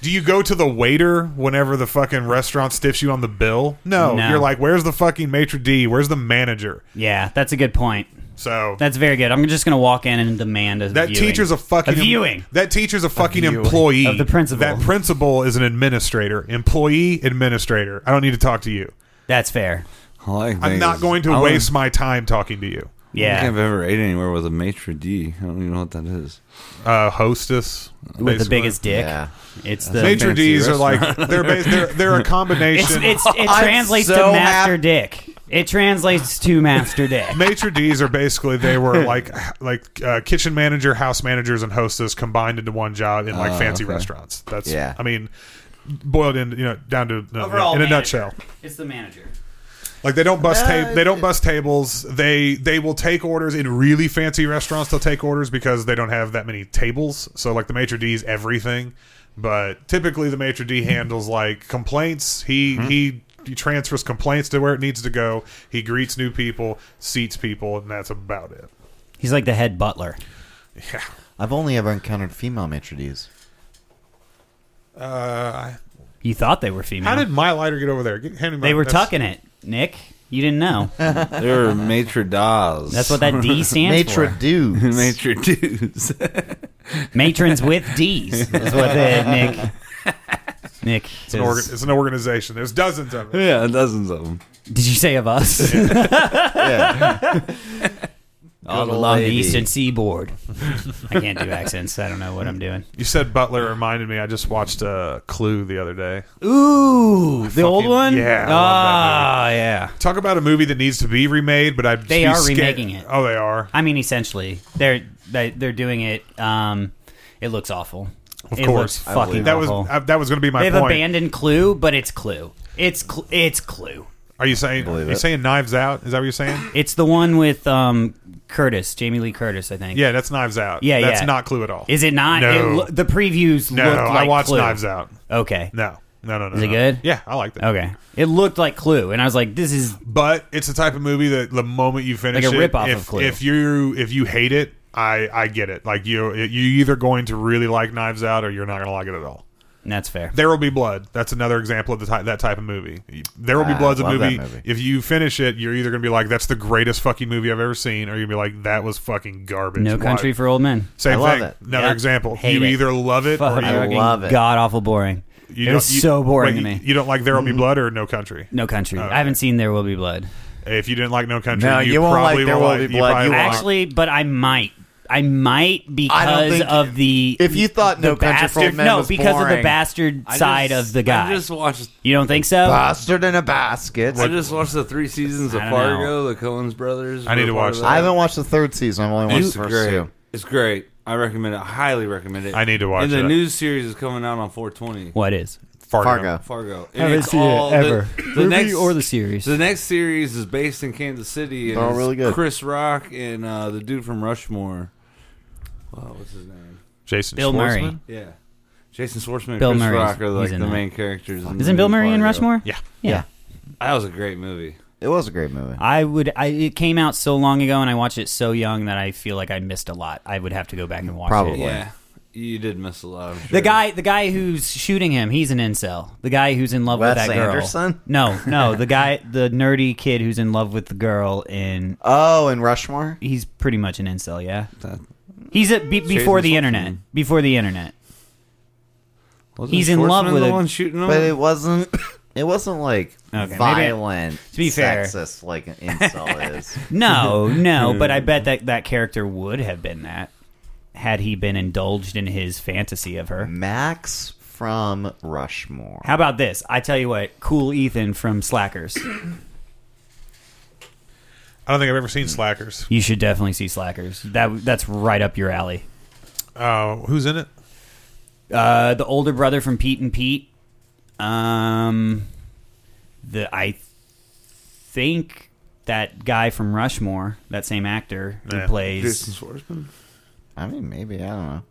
Do you go to the waiter whenever the fucking restaurant stiffs you on the bill? No,
No.
you're like, where's the fucking maitre d? Where's the manager?
yeah, that's a good point.
So
That's very good. I'm just going to walk in and demand a
that
viewing.
teacher's a fucking
A viewing.
That teacher's a fucking employee
Of the principal.
That principal is an administrator, employee, administrator. I don't need to talk to you.
That's fair.
I like
I'm not
bagels.
going to
I don't-
waste my time talking to you.
I don't think
Yeah,
I've ever ate anywhere with a maitre d. I don't even know what that is.
Uh, hostess
with the
basically.
biggest dick.
Yeah.
It's
a
the.
big-
Major
fancy
D's are like
restaurant.
they're bas- they're they're a
It's,
combination.
it's, it
I'm
translates
so
to master
hap-
dick. It translates to master dick.
Maitre d's are basically they were like like uh, kitchen manager, house managers, and hostess combined into one job in like
Oh,
fancy
okay.
restaurants. That's
Yeah.
I mean, boiled in you know down to
Overall
in a
manager.
nutshell.
It's the manager.
Like they don't bust
Uh,
ta- they don't bust tables. They they will take orders in really fancy restaurants. They'll take orders because they don't have that many tables. So like the maitre d is everything, but typically the maitre d handles like complaints. He he. He transfers complaints to where it needs to go. He greets new people, seats people, and that's about it.
He's like the head butler.
Yeah.
I've only ever encountered female maitre d's.
Uh,
You thought they were female.
how did my lighter get over there? Get, hand me my-
they were
that's-
tucking it, Nick? You didn't know.
They're maitre d's.
That's what that D stands
Maitre
for.
dudes.
maitre d's.
Matrons with D's is what the Nick. Nick,
It's an, organ- it's an organization. There's dozens of them.
yeah, dozens of them.
did you say of us?
Yeah.
All
Good
along the
lady.
eastern seaboard. I can't do accents. I don't know what I'm doing.
You said Butler reminded me. I just watched uh, Clue the other day.
Ooh, the old
fucking-
one.
yeah, I love
Ah, yeah.
Talk about a movie that needs to be remade, but I
They are remaking it.
Oh, they are.
I mean, essentially, they're they, they're doing it. Um, it looks awful.
Of
it
course,
looks fucking
that was
awful.
uh, that was going to be my
They've
point.
abandoned Clue, but it's Clue. It's cl- it's Clue.
Are you saying? Are
Believe
you
it.
saying Knives Out? Is that what you're saying?
It's the one with um, Curtis, Jamie Lee Curtis, I think.
yeah, that's Knives Out.
Yeah,
that's
yeah.
not Clue at all.
Is it not?
No.
It lo- the previews
no,
looked like
I watched
Clue.
Knives Out.
Okay.
No, no, no, no.
Is it
no.
good?
Yeah, I like that.
Okay. It looked like Clue, and I was like, "This is
but it's the type of movie that the moment you finish
Like a
it,
ripoff
if,
of Clue.
if you if you hate it, I I get it. Like you you either going to really like Knives Out or you're not going to like it at all.
that's fair."
There will be blood. That's another example of the ty- that type of movie. There will be
Ah,
blood's a
love that
movie.
movie.
If you finish it, you're either going to be like, "That's the greatest fucking movie I've ever seen," or you'll be like, "That was fucking garbage."
No
Why?"
country for old men.
Same
I love
thing.
it.
Another
Yep.
example.
Hate
you
it.
either love it or you,
Fucking
love it.
God awful boring.
you
it
don't-
was
you-
so boring
wait,
to me. Mm-hmm.
You don't like There Will Be Blood or No Country.
no country.
Okay.
I haven't seen There Will Be Blood.
If you didn't like No Country,
No,
you,
you won't like
probably
There Will Be
you
Blood.
probably
You
won't.
Actually, but I might. I might because
think-
of the.
If you thought
the
No Country for
bastard-
Old Men
no,
was
because of the
boring,
bastard side of the guy.
I just watched.
you don't think so?
Bastard in a basket.
I just watched the three seasons of
I don't know.
Fargo. The Coen's brothers.
I need
were
to
part
watch
of
that.
I haven't watched the third season. I've only watched
It's
the first
great.
two.
It's great.
I recommend it. I highly recommend it.
I need to watch
And the
it.
new series is coming out on 420.
what is?
Fargo.
Fargo.
Fargo.
I haven't seen it ever.
The,
Movie
next
or the series?
The next series is based in Kansas City. And
They're all
it's
really good.
Chris Rock and uh, the dude from Rushmore. Wow, what's his name?
Jason
Bill
Schwartzman?
Murray.
Yeah, Jason Schwartzman, and
Bill
Chris
Murray's-
Rock are like
he's
the
in that.
main characters. in the
Isn't Bill
movie
Murray in
Fargo.
Rushmore?
Yeah.
yeah.
That was a great movie.
It was a great movie.
I would. I it came out so long ago, and I watched it so young that I feel like I missed a lot. I would have to go back and watch
Probably.
it.
Yeah, you did miss a lot. I'm sure.
The guy, the guy who's shooting him, he's an incel. The guy who's in love with
Wes
that girl.
Anderson?
No, no, the guy, the nerdy kid who's in love with the girl, and
Oh, and Rushmore?
he's pretty much an incel. Yeah,
That-
he's a be, before the internet. Before the internet,
wasn't
He's in love
Schwartzman
with
the
a-
one shooting him.
But it wasn't. It wasn't like
maybe I-
violent,
to be fair.
sexist like an incel is.
no, no, but I bet that that character would have been that had he been indulged in his fantasy of her.
Max from Rushmore.
How about this? I tell you what, cool Ethan from Slackers.
I don't think I've ever
Mm.
seen Slackers.
You should definitely see Slackers. That that's right up your alley.
Uh, who's in it?
Uh, the older brother from Pete and Pete. Um, the I think that guy from Rushmore, that same actor who
Yeah.
plays.
Jason Schwartzman.
I mean, maybe I don't know.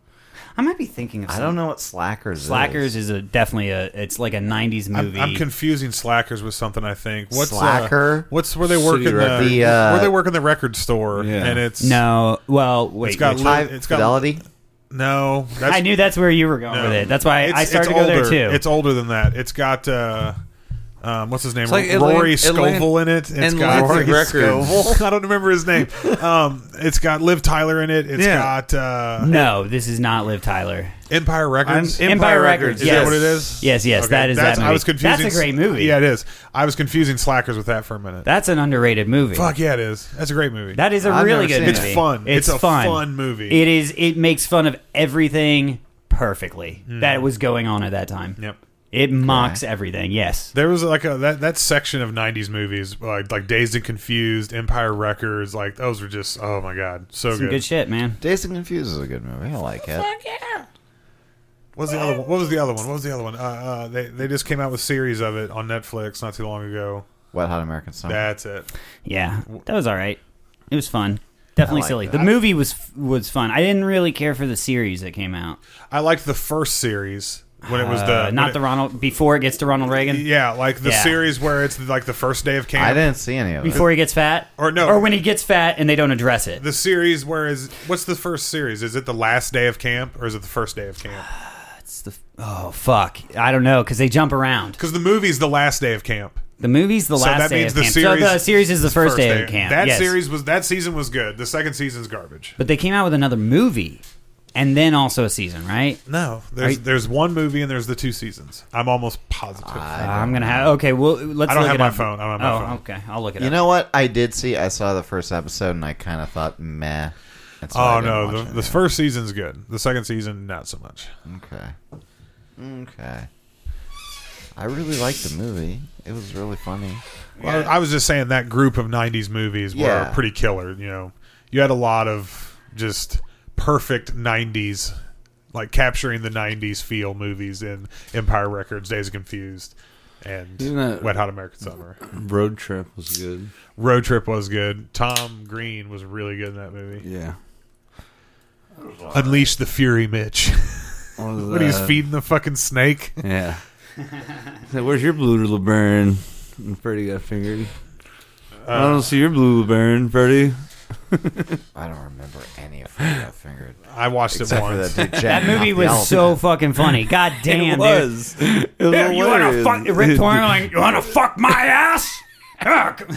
I might be thinking of.
I
some-
don't know what Slackers. is.
Slackers is a definitely a. It's like a '90s
I'm,
movie.
I'm confusing Slackers with something. I think what's uh,
Slacker?
what's where they work
City
in the,
Records.
The, uh,
where they work in the record store,
Yeah.
and it's
no, well, wait.
It's got
which-
li-
High
it's got-
fidelity.
no. That's,
I knew that's where you were going
no.
with it. That's why I
It's-
started
it's
to go
older.
there too.
It's older than that. It's got uh, Um, what's his name?
like Atlan-
Rory
Atlan-
Scovel in it. It's got
Atlantic
Rory
Records.
Scovel. I don't remember his name. Um, it's got Liv Tyler in it. It's
Yeah.
got uh,
No, this is not Liv Tyler.
Empire Records.
I'm- Empire Records,
Is
yes.
that what it is?
Yes, yes,
Okay,
that is
that's-
that movie.
I was confusing.
That's a great movie.
Yeah, it is. I was confusing Slackers with that for a minute.
That's an underrated movie.
Fuck yeah, it is. That's a great movie.
That is a
I've
really
never
good
seen it.
movie.
It's fun.
It's,
It's a
fun.
fun movie.
It is it makes fun of everything perfectly that was going on at that time.
Hmm. Yep.
It mocks everything. Yes.
There was like a that, that section of '90s movies like like Dazed and Confused, Empire Records, like those were just oh my god, so
Some
good.
good shit, man.
Dazed and Confused is a good movie. I like it.
What was the other one? What was the other one? What was the other one? Uh, uh, they they just came out with a series of it on Netflix not too long ago.
Wet Hot American
Uh-huh.
Summer.
That's it.
Yeah. That was all right. It was fun. Definitely
like
silly.
that.
The movie was was fun. I didn't really care for the series that came out.
I liked the first series when it was
Uh,
the
not
when
the
it-
Ronald before it gets to Ronald Reagan.
yeah like the
Yeah.
series where it's like the first day of camp.
I didn't see any of it.
Before he gets fat,
Or no.
or when he gets fat and they don't address it.
the series where is what's the first series? Is it the last day of camp or is it the first day of camp?
oh fuck, I don't know because they jump around.
Because the movie's the last day of camp.
The movie's the
So
last
that
day
means
of
the
camp.
series-
so the series is the first, day, of camp.
That
yes.
series was that season was good. The second season's garbage.
but they came out with another movie, and then also a season, right?
No, there's
Are you-
there's one movie and there's the two seasons. I'm almost positive.
Uh, I'm gonna have okay. Well, let's.
I don't
look
have
it
my
up.
phone. I don't have my
oh,
phone.
okay. I'll look it
You
up.
know what? I did see. I saw the first episode and I kind of thought, meh. And so I
oh
didn't
no,
watch
the,
it
the first season's good. The second season, not so much.
anymore. Okay. Okay. I really liked the movie. It was really funny.
Well, I was just saying that group of '90s movies
Yeah.
were pretty killer. You know, you had a lot of just perfect '90s, like capturing the '90s feel movies in Empire Records, Days of Confused, and
Isn't that-
Wet Hot American Summer.
Road Trip was good.
Road Trip was good. Tom Green was really good in that movie.
Yeah.
Unleash the Fury, Mitch.
What, was
when he's
uh,
that?
feeding the fucking snake.
Yeah. Say, Where's your blue LeBaron? And Freddie got fingered.
Uh,
I don't see your blue LeBaron, Freddie.
I don't remember any of that fingered.
I watched
Except
it
for
once.
that dude
that
Jack
movie
knocked
was
out.
so fucking funny. God damn,
it was. It was
dude. You want to
hilarious.
fuck Rick Torn like you want to fuck my ass? Fuck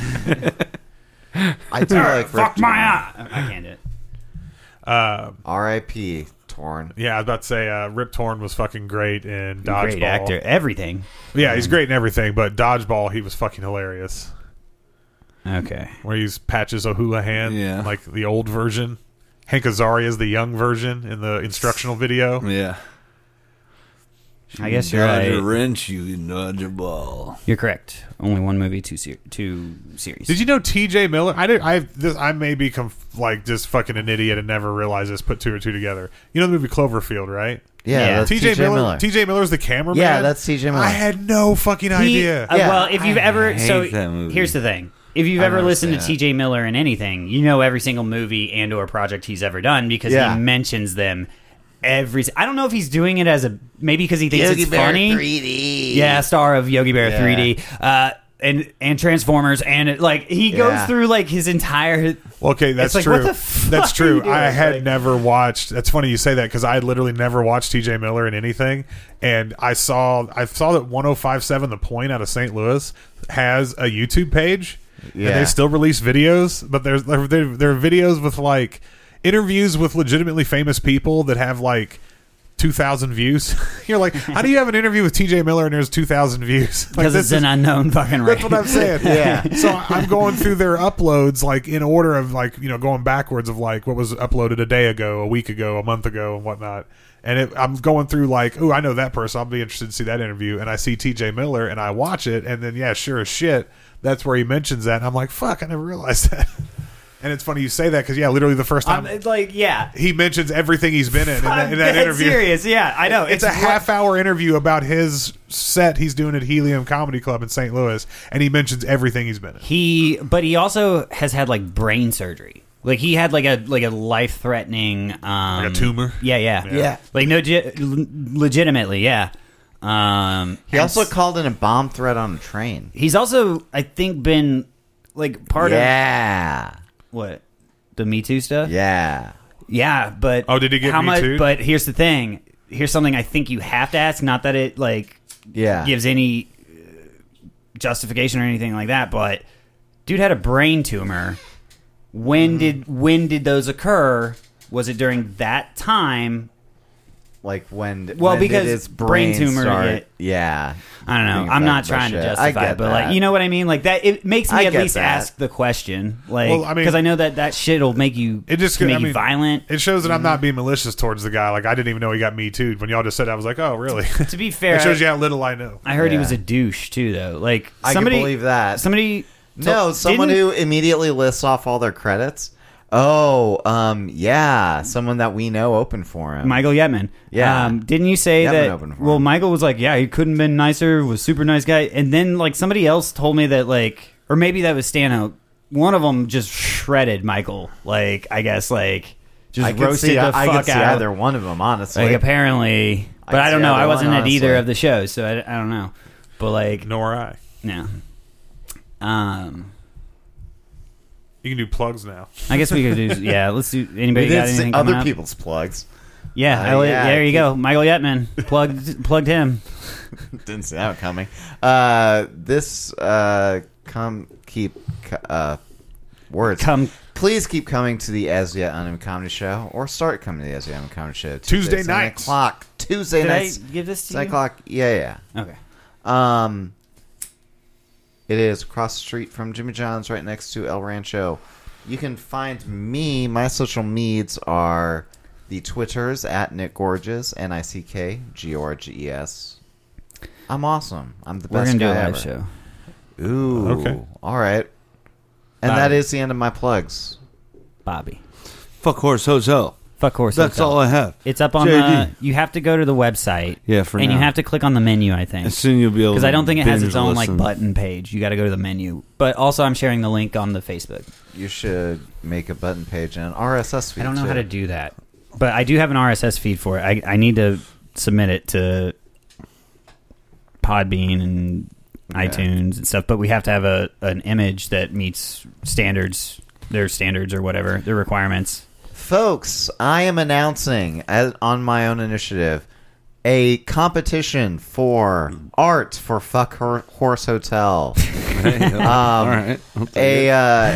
I do like Rick
fuck my
Torn.
ass. I can't do it.
Uh,
R.I.P. Torn.
yeah, I was about to say uh, Rip Torn was fucking great in Dodgeball.
Great actor. Everything.
Yeah, he's great in everything, but Dodgeball, he was fucking hilarious.
Okay.
Where he's Patches O'Houlihan,
Yeah.
like the old version. Hank Azaria's the young version in the instructional video.
Yeah.
I guess you're
Dodge a
right.
wrench, you can dodge a ball.
You're correct. Only one movie, two ser- two series.
Did you know T.J. Miller? I did. I this, I may be conf- like just fucking an idiot and never realize this. Put two or two together. You know the movie Cloverfield, right?
Yeah,
Yeah.
that's
T.J. Miller.
Miller.
T.J. Miller's the cameraman.
Yeah, that's T.J. Miller.
I had no fucking
He-
idea.
uh,
Yeah.
well, if you've
I
ever
hate
so
that movie.
here's the thing. If you've
I've
ever
never
listened
seen
to
it.
TJ Miller in anything, you know every single movie and or project he's ever done because
Yeah.
he mentions them every I don't know if he's doing it as a maybe because he thinks
Yogi
it's
Bear
funny.
3D.
Yeah, star of Yogi Bear 3D. Uh and, and Transformers and it, like he goes
Yeah.
through like his entire
Well, okay, that's
like,
true.
what the fuck
that's
are
true.
you doing?
I had
Like-
never watched. That's funny you say that because I had literally never watched T.J. Miller in anything, and I saw I saw that 105.7 The Point out of St. Louis has a YouTube page, and
Yeah.
they still release videos, but there's there, there there are videos with like interviews with legitimately famous people that have like. 2000 views you're like how do you have an interview with tj miller and there's 2000 views like
because
this
it's
is-
an unknown fucking
that's
race.
what I'm saying.
Yeah.
So I'm going through their uploads like in order of like you know going backwards of like what was uploaded a day ago, a week ago, a month ago, and whatnot. And it, I'm going through like, oh, I know that person. I'll be interested to see that interview. And I see T.J. Miller, and I watch it, and then yeah, sure as shit, that's where he mentions that. And I'm like, fuck, I never realized that. And it's funny you say that because yeah, literally the first time
I'm, it's like yeah.
he mentions everything he's been in in that,
I'm
in that
dead
interview.
serious. Yeah, I know.
It's a half hour interview about his set he's doing at Helium Comedy Club in St. Louis, and he mentions everything he's been in.
He, but he also has had like brain surgery. Like he had like a like a life threatening um,
a tumor?
Yeah, yeah,
Yeah. Yeah.
Like no, ge- l- legitimately, yeah. Um,
He
and
also
s-
called in a bomb threat on a train.
he's also I think been like part
yeah.
of what the Me Too stuff.
Yeah.
Yeah, but
Oh, did he get
how
Me
much?
Too'd?
But here's the thing. Here's something I think you have to ask. Not that it like
Yeah.
gives any uh, justification or anything like that, but dude had a brain tumor. When
Mm-hmm.
did when did those occur? Was it during that time?
Like when
Well,
when
because
did his
brain
brain,
tumor
start-
hit-
Yeah,
I don't
Think
know. I'm
about
not
that
trying to
shit. I
justify
get
it, but like
that.
you know what I mean. Like that, it makes me
I
at
get
least
that.
ask the question. Like,
Well, I mean-
because I know that that shit will make you
It just-
can make
I
you
mean-
violent.
It shows that I'm not being malicious towards the guy. Like I didn't even know he got me too. When y'all just said, it, I was like, oh really?
To be fair,
it shows you how little I know.
I heard he
Yeah.
was a douche too, though. Like
I
somebody,
can believe that.
Somebody,
no,
to-
someone
didn't-
who immediately lists off all their credits. Oh, um, yeah, someone that we know opened for him.
Michael Yetman.
Yeah.
Um, didn't you say
Yetman
that?
opened for
Well,
him.
Michael was like, yeah, he couldn't have been nicer. Was super nice guy. And then like somebody else told me that like, or maybe that was Stanhope. One of them just shredded Michael. Like I guess like just
I could
roasted
see,
the
I
fuck
could see
out.
either one of them, honestly.
like apparently, but
could
I, don't
see
know.
either
I wasn't
one,
at either
honestly.
of the shows, so I, I don't know. But like, no.
Nor I.
Um,
You can do plugs now.
I guess we could do. Yeah, let's do. Anybody
we
got
didn't see
anything?
other
coming up?
people's plugs.
Yeah,
Uh,
I li-
yeah,
there you
keep-
go. Michael Yetman plugged plugged him.
Didn't see that coming. Uh, this uh, come keep c- uh, words.
Come
Please keep coming to the As Yet Unknown Comedy Show, or start coming to the As Yet Unknown Comedy Show
Tuesday
Tuesdays, nine
nights.
o'clock. Tuesday
Did I
nights.
give this to
nine
you?
o'clock. Yeah,
okay.
yeah. Um, it is across the street from Jimmy John's, right next to El Rancho. You can find me. My social meds are the Twitters at Nick Gorges, N I C K G O R G E S. I'm awesome. I'm the
We're
best
gonna do a
guy
live
ever.
show.
Ooh.
Okay.
All right. And
Bye.
that is the end of my plugs.
Bobby.
Fuck Horse Hotel.
Fuck horse.
That's
Hotel.
all I have.
It's up on uh,
JD.
the. You have to go to the website.
Yeah, for
and you
now.
have to click on the menu. I think
And soon you'll be able
because I don't think it has
binge
its own
listen.
like button page. You got to go to the menu. But also, I'm sharing the link on the Facebook.
You should make a button page and an RSS feed.
I don't know
too.
how to do that, but I do have an RSS feed for it. I I need to submit it to Podbean and iTunes and stuff. But we have to have a an image that meets standards, their standards or whatever, their requirements.
Folks, I am announcing as, on my own initiative a competition for art for Fuck Her- Horse Hotel.
Hey, uh, all
Um,
right.
a uh,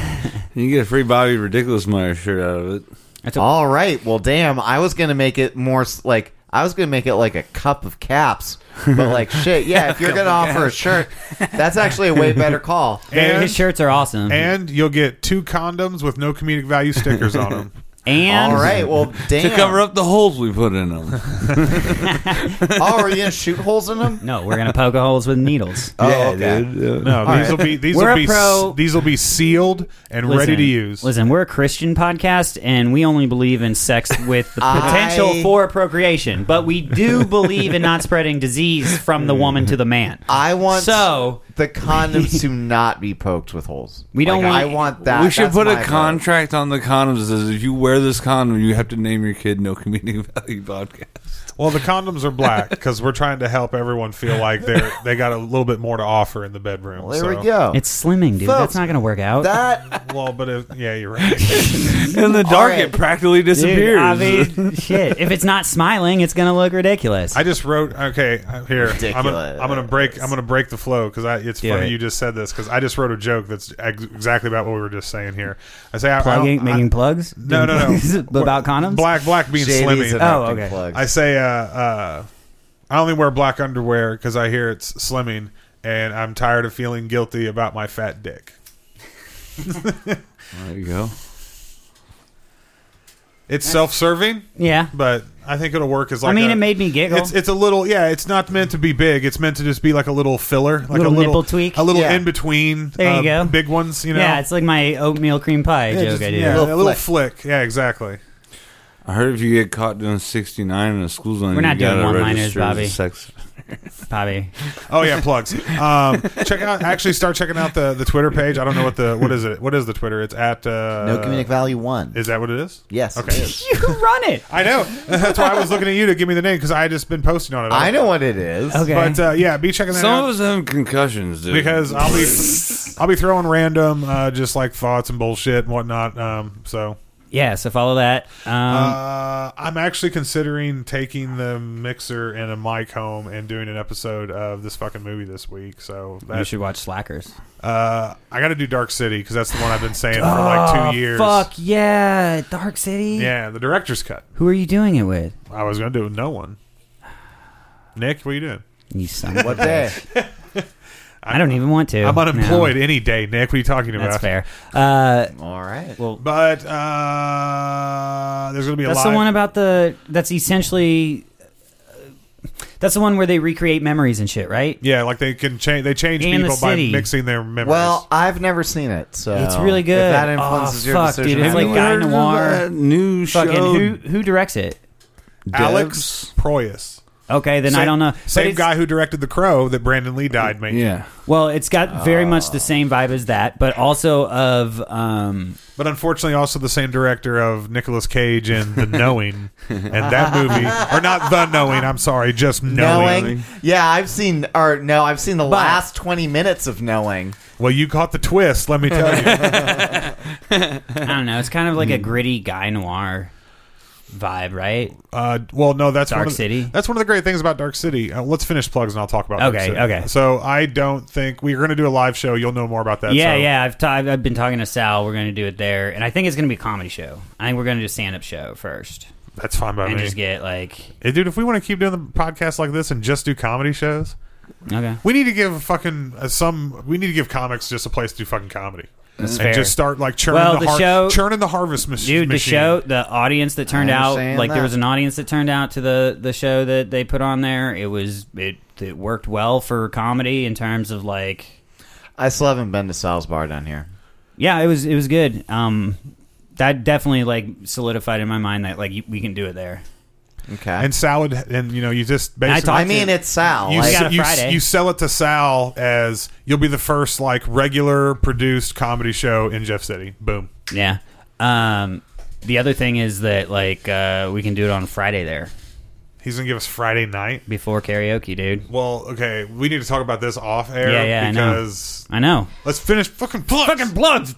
You can get a free Bobby Ridiculous Meyer shirt out of it.
That's a-
all right. Well, damn, I was gonna make it more s- like I was gonna make it like a cup of caps, but like shit. Yeah, if you're gonna offer a shirt, that's actually a way better call.
Very-
And-
his shirts are awesome.
And you'll get two condoms with no comedic value stickers on them.
And-
All right. Well, damn.
To cover up the holes we put in them.
Oh, are you gonna shoot holes in them?
No, we're gonna poke holes with needles.
Oh,
yeah,
okay.
dude.
No, these will be these
We're
will
a
be
pro-
these will be sealed and ready
Listen,
to use.
Listen, we're a Christian podcast, and we only believe in sex with the
I-
potential for procreation, but we do believe in not spreading disease from the woman to the man.
I want
so
the condoms to not be poked with holes.
We don't
Like,
want-
I want that.
we should
That's
put a
my vote.
contract on the condoms that says if you wear this condom, you have to name your kid No Comedic Value Podcast.
well, the condoms are black because we're trying to help everyone feel like they're they got a little bit more to offer in the bedroom.
Well, there
so-
we go.
it's slimming, dude.
Folks,
That's not gonna work out.
that.
Well, but if, yeah, you're right.
In the dark,
right.
it practically
Dude,
disappears.
I mean, shit. If it's not smiling, it's gonna look ridiculous.
I just wrote okay uh, here. I'm gonna, I'm gonna break. I'm gonna break the flow because it's
Do
funny
it.
you just said this because I just wrote a joke that's ex- exactly about what we were just saying here. I say I,
Plugging,
I,
making
I,
plugs?
no no no
Is it about condoms?
Black black being
JD's
slimming.
adopting
okay.
plugs.
I say, uh, uh, I only wear black underwear because I hear it's slimming, and I'm tired of feeling guilty about my fat dick.
there you go.
It's self-serving,
Yeah.
but I think it'll work as like.
I mean,
a-
it made me giggle.
It's it's a little yeah. It's not meant to be big. It's meant to just be like a little filler, like
Little
a little
nipple tweak.
a little
Yeah.
in between.
There you go.
Big ones, you know.
yeah, it's like my oatmeal cream pie
Yeah,
joke
just-
I did.
yeah, a little,
Little
flick. Yeah, exactly.
I heard if you get caught doing 69 in a school zone,
We're not
you
doing
gotta
one-liners,
register as a
Bobby.
Sex.
Probably.
Oh yeah, plugs. Um, check out actually start checking out the the Twitter page. I don't know what the what is it. What is the Twitter? It's at uh,
no comedic value one.
Is that what it is?
yes. it
Okay.
is.
You run it.
I know. That's why I was looking at you to give me the name because I had just been posting on it.
I know what it is.
Okay.
But uh, yeah, be checking that
Some
out
of us have concussions, dude.
because I'll be I'll be throwing random uh, just like thoughts and bullshit and whatnot. Um, so
yeah, so follow that. Um,
uh, I'm actually considering taking the mixer and a mic home and doing an episode of this fucking movie this week. So
you
that,
should watch Slackers.
uh, I got to do Dark City because that's the one I've been saying for like two years.
Ah, Fuck yeah, Dark City.
Yeah, the director's cut.
Who are you doing it with?
I was gonna do it with no one. Nick, what are you doing?
You son. of a
What day?
I don't even want to.
I'm unemployed
No,
any day, Nick. What are you talking about?
that's fair. Uh,
All right.
well,
But uh, there's gonna be a
that's
live.
the one about the. That's essentially. That's the one where they recreate memories and shit, right?
yeah, like they can change. They change
And the
people by
city.
mixing their memories.
Well, I've never seen it, so
It's really good.
If that
Oh,
influences your
fuck, dude,
decision,
it's like
anyway.
Guy Noir.
That new
Fucking
show.
who who directs it?
Alex Proyas.
Okay, then I
Same-
don't know. But
Same
it's-
guy who directed The Crow that Brandon Lee died making.
Yeah.
Well, it's got very much the
Oh.
same vibe as that, but also of um,
But unfortunately, also the same director of Nicolas Cage and The Knowing, and that movie, or not The Knowing. I'm sorry, just knowing.
knowing. Yeah, I've seen or no, I've seen the
But-
last twenty minutes of knowing.
Well, you caught the twist. Let me tell you.
I don't know. It's kind of like
Hmm.
a gritty guy noir vibe, right?
Uh, well, no, that's
Dark
one of the,
City?
That's one of the great things about Dark City. Uh, let's finish plugs, and I'll talk about. Dark
Okay,
City.
okay.
So I don't think we're going to do a live show. You'll know more about that.
yeah,
so-
yeah. I've, t- I've I've been talking to Sal. We're going to do it there, and I think it's going to be a comedy show. I think we're going to do a stand up show first,
That's fine by
and
me.
just get like
Hey, dude, if we want to keep doing the podcast like this and just do comedy shows,
okay.
we need to give fucking uh, some. We need to give comics just a place to do fucking comedy. and
fair.
just start like churning
Well,
the,
the
har-
show-
churning the harvest mach- machine.
Dude, the show, the audience that turned
I
out,
understand
like
that.
there was an audience that turned out to the the show that they put on there. It was it it worked well for comedy in terms of like
I still haven't been to Sal's Bar down here.
yeah, it was it was good. Um, that definitely like solidified in my mind that like you, we can do it there.
Okay.
and salad, and you know, you just
I
basically.
talked
I mean, it's Sal.
you,
We
like,
got
s-
a
you,
Friday.
s- you sell it to Sal as you'll be the first like regular produced comedy show in Jeff City. Boom.
Yeah. Um, the other thing is that like uh, we can do it on Friday there
He's gonna give us Friday night.
before karaoke, dude.
Well, okay, we need to talk about this off air
Yeah, yeah, I know.
because
I know.
let's finish fucking plugs. Fucking
Bloods.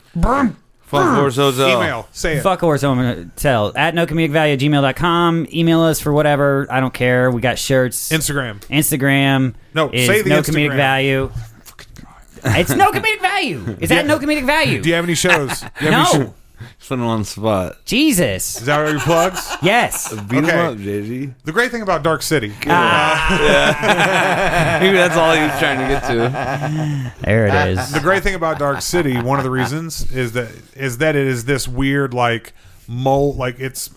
Fun Force Hotel.
Email, say it.
Fuck or so I'm gonna tell at no comedic value gmail.com. Email us for whatever. I don't care. We got shirts.
Instagram.
Instagram.
No,
is
say the
no
Instagram.
comedic value. it's no comedic value. Is that no comedic value?
Do you have any shows? Do you have
no.
any sh-
Put them on the spot.
Is
Jesus.
that your plugs?
Yes.
Beat 'em
Okay.
up, JG.
the great thing about Dark City.
Maybe that's all he was trying to get to.
There it is.
the great thing about Dark City, one of the reasons is that is that it is this weird like mole like it's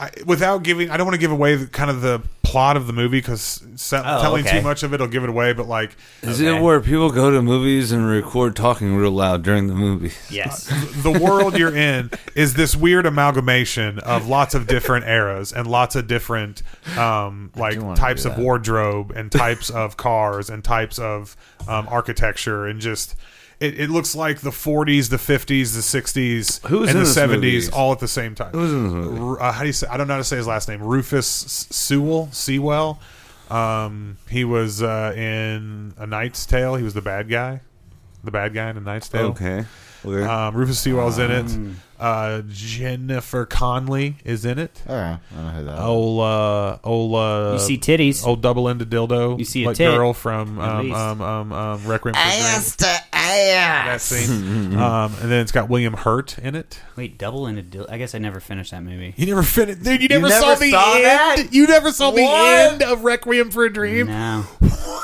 I, without giving I don't want to give away the, kind of the plot of the movie cuz
Oh,
telling
okay.
too much of it'll give it away but like
Is it where people go to movies and record talking real loud during the movie?
Yes.
the world you're in is this weird amalgamation of lots of different eras and lots of different um, like
wanna
types
do
of
that.
wardrobe and types of cars and types of um, architecture and just it, it looks like the 40s, the 50s, the 60s,
Who was
and
in
the
this
70s
movie?
all at the same time.
was in this movie?
Ru- uh, how do you say? I don't know how to say his last name. Rufus S- Sewell. Sewell. Um, he was uh, in A Knight's Tale. He was the bad guy. The bad guy in A Knight's Tale.
Okay. Okay.
Um, Rufus Sewell's in
Um.
it. Uh, Jennifer Conley is in it.
All right, I don't know who
uh,
that. is.
Ola, Ola.
You see titties.
Old double-ended dildo.
You see a
like
tit.
girl from
At
um,
least.
um, um, um, Requiem for a Dream.
Ass to
That
ass.
scene. um, and then it's got William Hurt in it.
Wait, double ended. Dil- I guess I never finished that movie.
You never finished, dude. You
never saw the end?
You never saw
the end
of Requiem for a Dream.
No.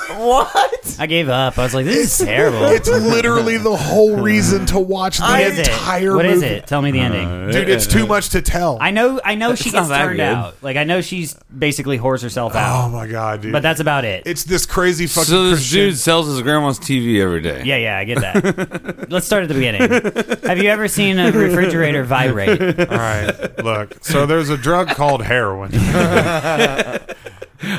What?
I gave up. I was like, this is terrible.
literally the whole reason to watch the
What is it? What is it? Tell me the ending.
dude. It's too much to tell.
I know. I know she
Uh, It's not
gets
that
turned
good.
out. Like I know she's basically whores herself out.
oh my god, dude.
But that's about it.
it's this crazy fucking.
So this
Christian-
dude sells his grandma's TV every day.
yeah, yeah, I get that. Let's start at the beginning. Have you ever seen a refrigerator vibrate?
All right, look. So there's a drug called heroin.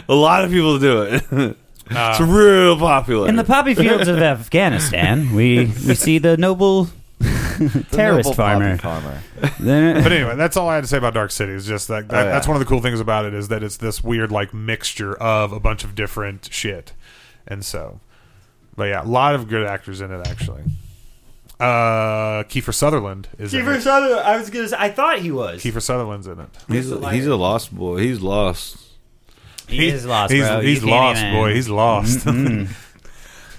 A lot of people do it.
Uh,
it's real popular.
In the poppy fields of Afghanistan, we we see the noble terrorist
Noble
farmer.
Bobby Farmer.
There-
But anyway, that's all I had to say about Dark City. Is just that,
Oh,
that
yeah.
that's one of the cool things about it is that it's this weird like mixture of a bunch of different shit, and so, but yeah, a lot of good actors in it actually. Uh, Kiefer Sutherland is in
Kiefer
it.
Sutherland. I was gonna. Say, I thought he was.
Kiefer Sutherland's in it.
He's a, he's a lost boy. He's lost.
He, is lost,
He's,
bro. You
he's
can't
lost,
even-
boy. He's lost.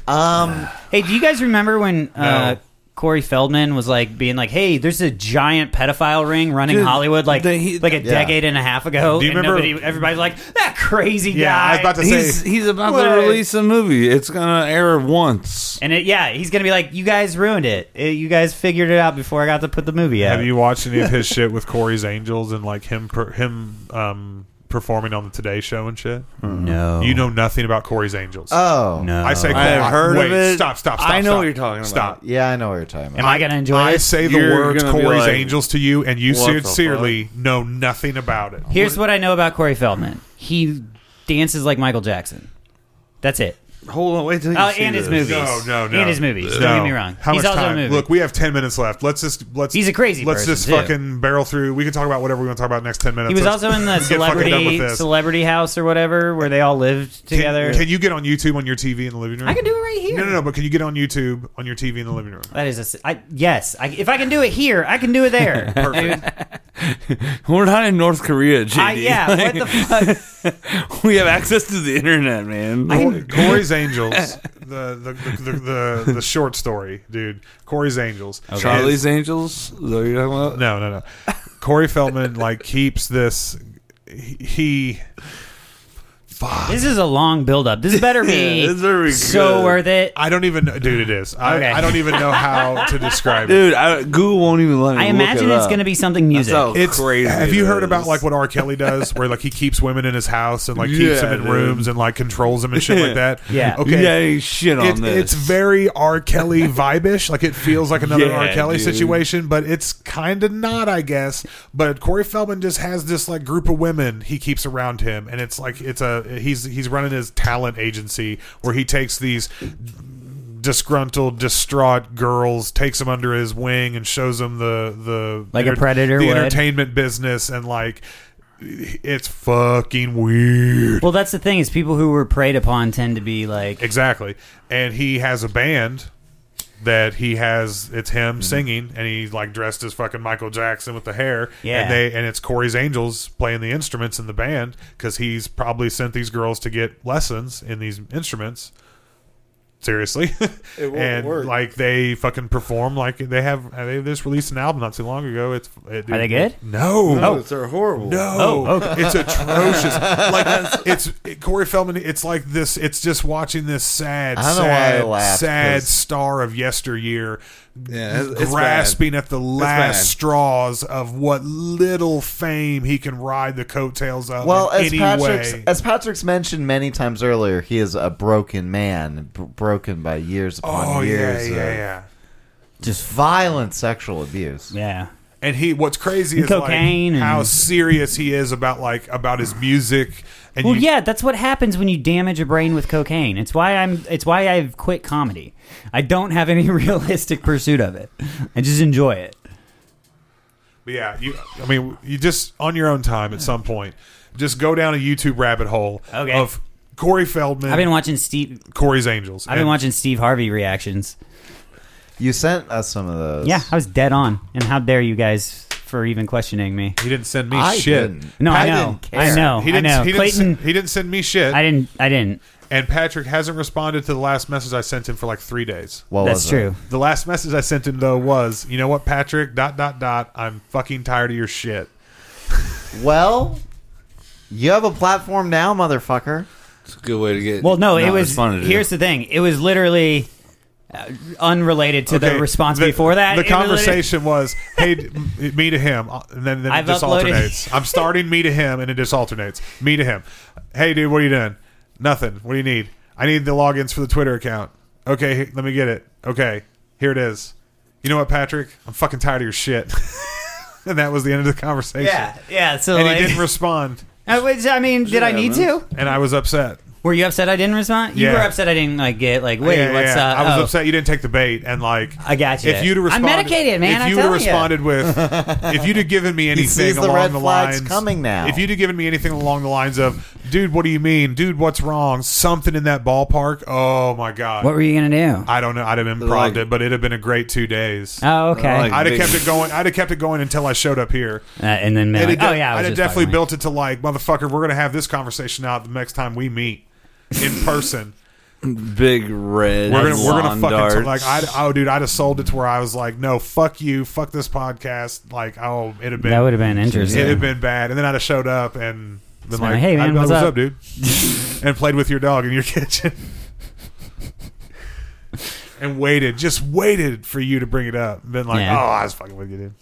Um,
Hey, do you guys remember when uh,
No.
Corey Feldman was like being like, "Hey, there's a giant pedophile ring running
Dude,
Hollywood like
they- he-
like a
Yeah.
decade and a half ago."
Do you
and
remember-
Nobody, everybody's like, "That crazy
Yeah,
guy."
I was about to
He's
say.
he's about
What?
to release a movie. It's gonna air once.
and it, yeah, he's gonna be like, "You guys ruined it. Uh, You guys figured it out before I got to put the movie out."
Have you watched any of his shit with Corey's Angels and like him per, him um, performing on the Today Show and shit?
no,
You know nothing about Corey's Angels.
oh,
Mm-hmm. Uh, no.
I say
I have
Corey-
heard
wait,
of it.
Stop, stop, stop.
I know
stop.
what you're talking
Stop.
about.
yeah, I know what you're talking
Am
about.
I gonna enjoy
I
this?
say the
You're
words
gonna be
Corey's
like,
Angels to you, and you
"What the
sincerely know nothing about it.
Here's what I know about Corey Feldman. He dances like Michael Jackson. That's it.
Hold on, wait till you
Oh,
see
and his
this.
movies.
No, no, no.
And his movies.
No.
Don't get me wrong.
How
he's
much
also
time?
a movie.
Look, we have ten minutes left. Let's just let's.
He's a crazy
Let's
person,
just
too.
fucking barrel through. We can talk about whatever we want to talk about in the next ten minutes.
He was
Let's
also in the
get fucking done with
celebrity
this.
celebrity house or whatever where they all lived
Can-
together.
Can, you get on YouTube on your TV in the living room?
I can do it right here.
No, no, no. But can you get on YouTube on your TV in the living room?
That is a s I yes. I, if I can do it here, I can do it there.
Perfect.
We're not in North Korea, JD.
I, yeah. What the fuck?
we have access to the internet, man.
Cor- Corey's Angels, the the, the, the, the the short story, dude. Corey's Angels.
Charlie's Angels. Is that what you're talking about?
No, no, no. Corey Feldman like keeps this. He, he
This is a long build up. This better be
this better be
so
good.
worth it.
I don't even know, dude. It is. I,
Okay.
I don't even know how to describe it.
Dude, I, Google won't even let me.
I imagine it's going to be something music.
how
It's
crazy.
Have
it
you heard
is.
about like what R. Kelly does, where like he keeps women in his house and like
Yeah,
keeps them in
dude.
rooms and like controls them and shit like that?
Yeah.
Okay.
Yeah, he shit on
It-
this.
It's very R. Kelly vibish. Like it feels like another R.
Yeah,
Kelly
dude.
situation, but it's kind of not, I guess. But Corey Feldman just has this like group of women he keeps around him, and it's like it's a he's he's running his talent agency where he takes these disgruntled, distraught girls, takes them under his wing, and shows them the the
Like a predator
the
would.
entertainment business, and like it's fucking weird.
Well, that's the thing is people who were preyed upon tend to be like
Exactly. And he has a band that he has it's
Mm-hmm.
him singing and he's like dressed as fucking Michael Jackson with the hair
Yeah.
and they and it's Corey's Angels playing the instruments in the band cuz he's probably sent these girls to get lessons in these instruments seriously it
won't
and
work.
like they fucking perform like they have they just released an album not too long ago it's it,
Are they good?
no
No, it's they're horrible.
no,
Oh,
it's atrocious. like it's it, Corey Feldman. It's like this. It's just watching this sad,
I don't know why I
sad,
laughed,
sad
'cause-
star of yesteryear
Yeah, it's- it's
grasping at the
bad.
last straws of what little fame he can ride the coattails of.
Well,
in
as
any
Patrick's
way.
as Patrick's mentioned many times earlier, he is a broken man, b- broken by years upon
oh yeah,
years
yeah,
of
yeah.
just
violent sexual abuse.
yeah.
And he, what's crazy
And
is
cocaine
like
and-
how serious he is about like about his music. And
Well,
you-
yeah, that's what happens when you damage a brain with cocaine. It's why I'm. It's why I've quit comedy. I don't have any realistic pursuit of it. I just enjoy it.
But yeah, you. I mean, you just on your own time at some point. Just go down a YouTube rabbit hole
Okay.
of Corey Feldman,
I've been watching Steve.
Corey's Angels.
I've been
And
watching Steve Harvey reactions.
You sent us some of those.
Yeah, I was dead on. And how dare you guys for even questioning me?
He didn't send me
I
shit.
didn't.
No, I,
I
know.
didn't care.
I know.
He didn't.
I know.
He didn't,
Clayton.
sen- he didn't send me shit.
I didn't. I didn't.
and Patrick hasn't responded to the last message I sent him for like three days.
What
that's
was
true.
It?
The last message I sent him though was, you know what, Patrick? Dot dot dot. I'm fucking tired of your shit.
Well, you have a platform now, motherfucker.
It's a good way to get.
Well, no, it
it's
was.
fun to do.
Here's the thing. It was literally uh, unrelated to
Okay,
the response
the-
before that.
the
It related-
conversation was, "Hey, d- m- me to him," uh, and then, then it
I've
just
uploaded-
alternates. I'm starting me to him, and it just alternates. Me to him. Hey, dude, what are you doing? Nothing. What do you need? I need the logins for the Twitter account. Okay, he- let me get it. Okay, here it is. You know what, Patrick? I'm fucking tired of your shit. and that was the end of the conversation.
Yeah. Yeah. So
And
like,
he didn't respond,
I was- I mean, did I
Yeah,
need
man.
to?
and I was upset.
Were you upset I didn't respond? You
Yeah.
were upset I didn't like get like wait
Yeah,
what's
yeah.
up?
I was
Oh,
upset you didn't take the bait, and like
I got you.
If you'd have
I'm
responded,
medicated, man,
If
I'm
you'd have
telling ya.
responded with, if you'd have given me anything
sees the
along
red
the
flags
lines
coming now.
If you'd have given me anything along the lines of, dude, what do you mean, dude, what's wrong? Something in that ballpark. Oh my god,
What were you gonna do?
I don't know. I'd have improv
Like-
it, but it'd have been a great two days.
oh okay.
Like-
I'd have
big-
kept it going. I'd have kept it going until I showed up here.
Uh, and then
And
like,
it
oh
de-
yeah, I was
I'd have
just
definitely
fucking, like-
built it to like, motherfucker, we're gonna have this conversation out the next time we meet in person.
Big red.
We're gonna, we're gonna
lawn
fucking
darts.
t- like I oh dude I'd have sold it to where I was like no fuck you fuck this podcast like oh it'd have been
That would have been interesting.
it'd have been bad and then I'd have showed up and been
been
like
like, hey, man,
I'd be like,
what's up?"
dude and played with your dog in your kitchen and waited just waited for you to bring it up been like
Yeah.
oh I was fucking with you dude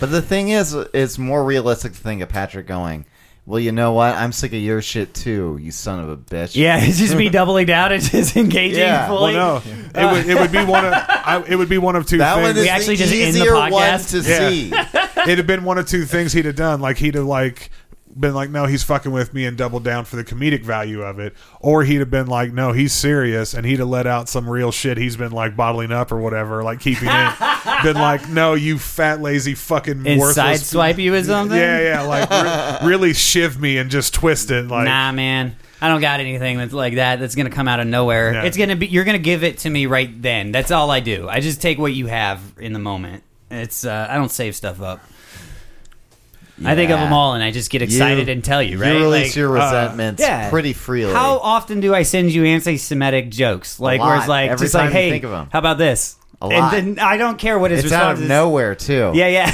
But the thing is, it's more realistic to think of Patrick going, well, you know what? I'm sick of your shit too, you son of a bitch.
yeah, it's just me doubling down. It's just engaging
Yeah, well,
fully.
well no it would it would be one of I, it would be one of two
That
things
one is
We actually
the
just end the
easier one
podcast.
to
Yeah.
see.
it'd have been one of two things he'd have done. Like he'd have like been like, no, he's fucking with me and doubled down for the comedic value of it, or he'd have been like, no, he's serious, and he'd have let out some real shit he's been like bottling up or whatever, like keeping in. been like, no, you fat lazy fucking
And
worthless.
sideswipe you with something.
Yeah, yeah, like re- really shiv me and just twist it. Like,
nah, man. I don't got anything that's like that. That's gonna come out of nowhere.
Yeah.
It's gonna be. You're gonna give it to me right then. That's all I do. I just take what you have in the moment. It's. Uh, I don't save stuff up. I think of
Yeah.
them all, and I just get excited and tell you. Right?
You release
Like, uh,
your resentments
yeah.
pretty freely.
How often do I send you anti-Semitic jokes? Like
lot.
where it's like
Every
just
time
like,
you
hey,
think of 'em.
how about this?
A lot.
And then I don't care what his
it's out
response
of
is.
nowhere too.
Yeah, yeah.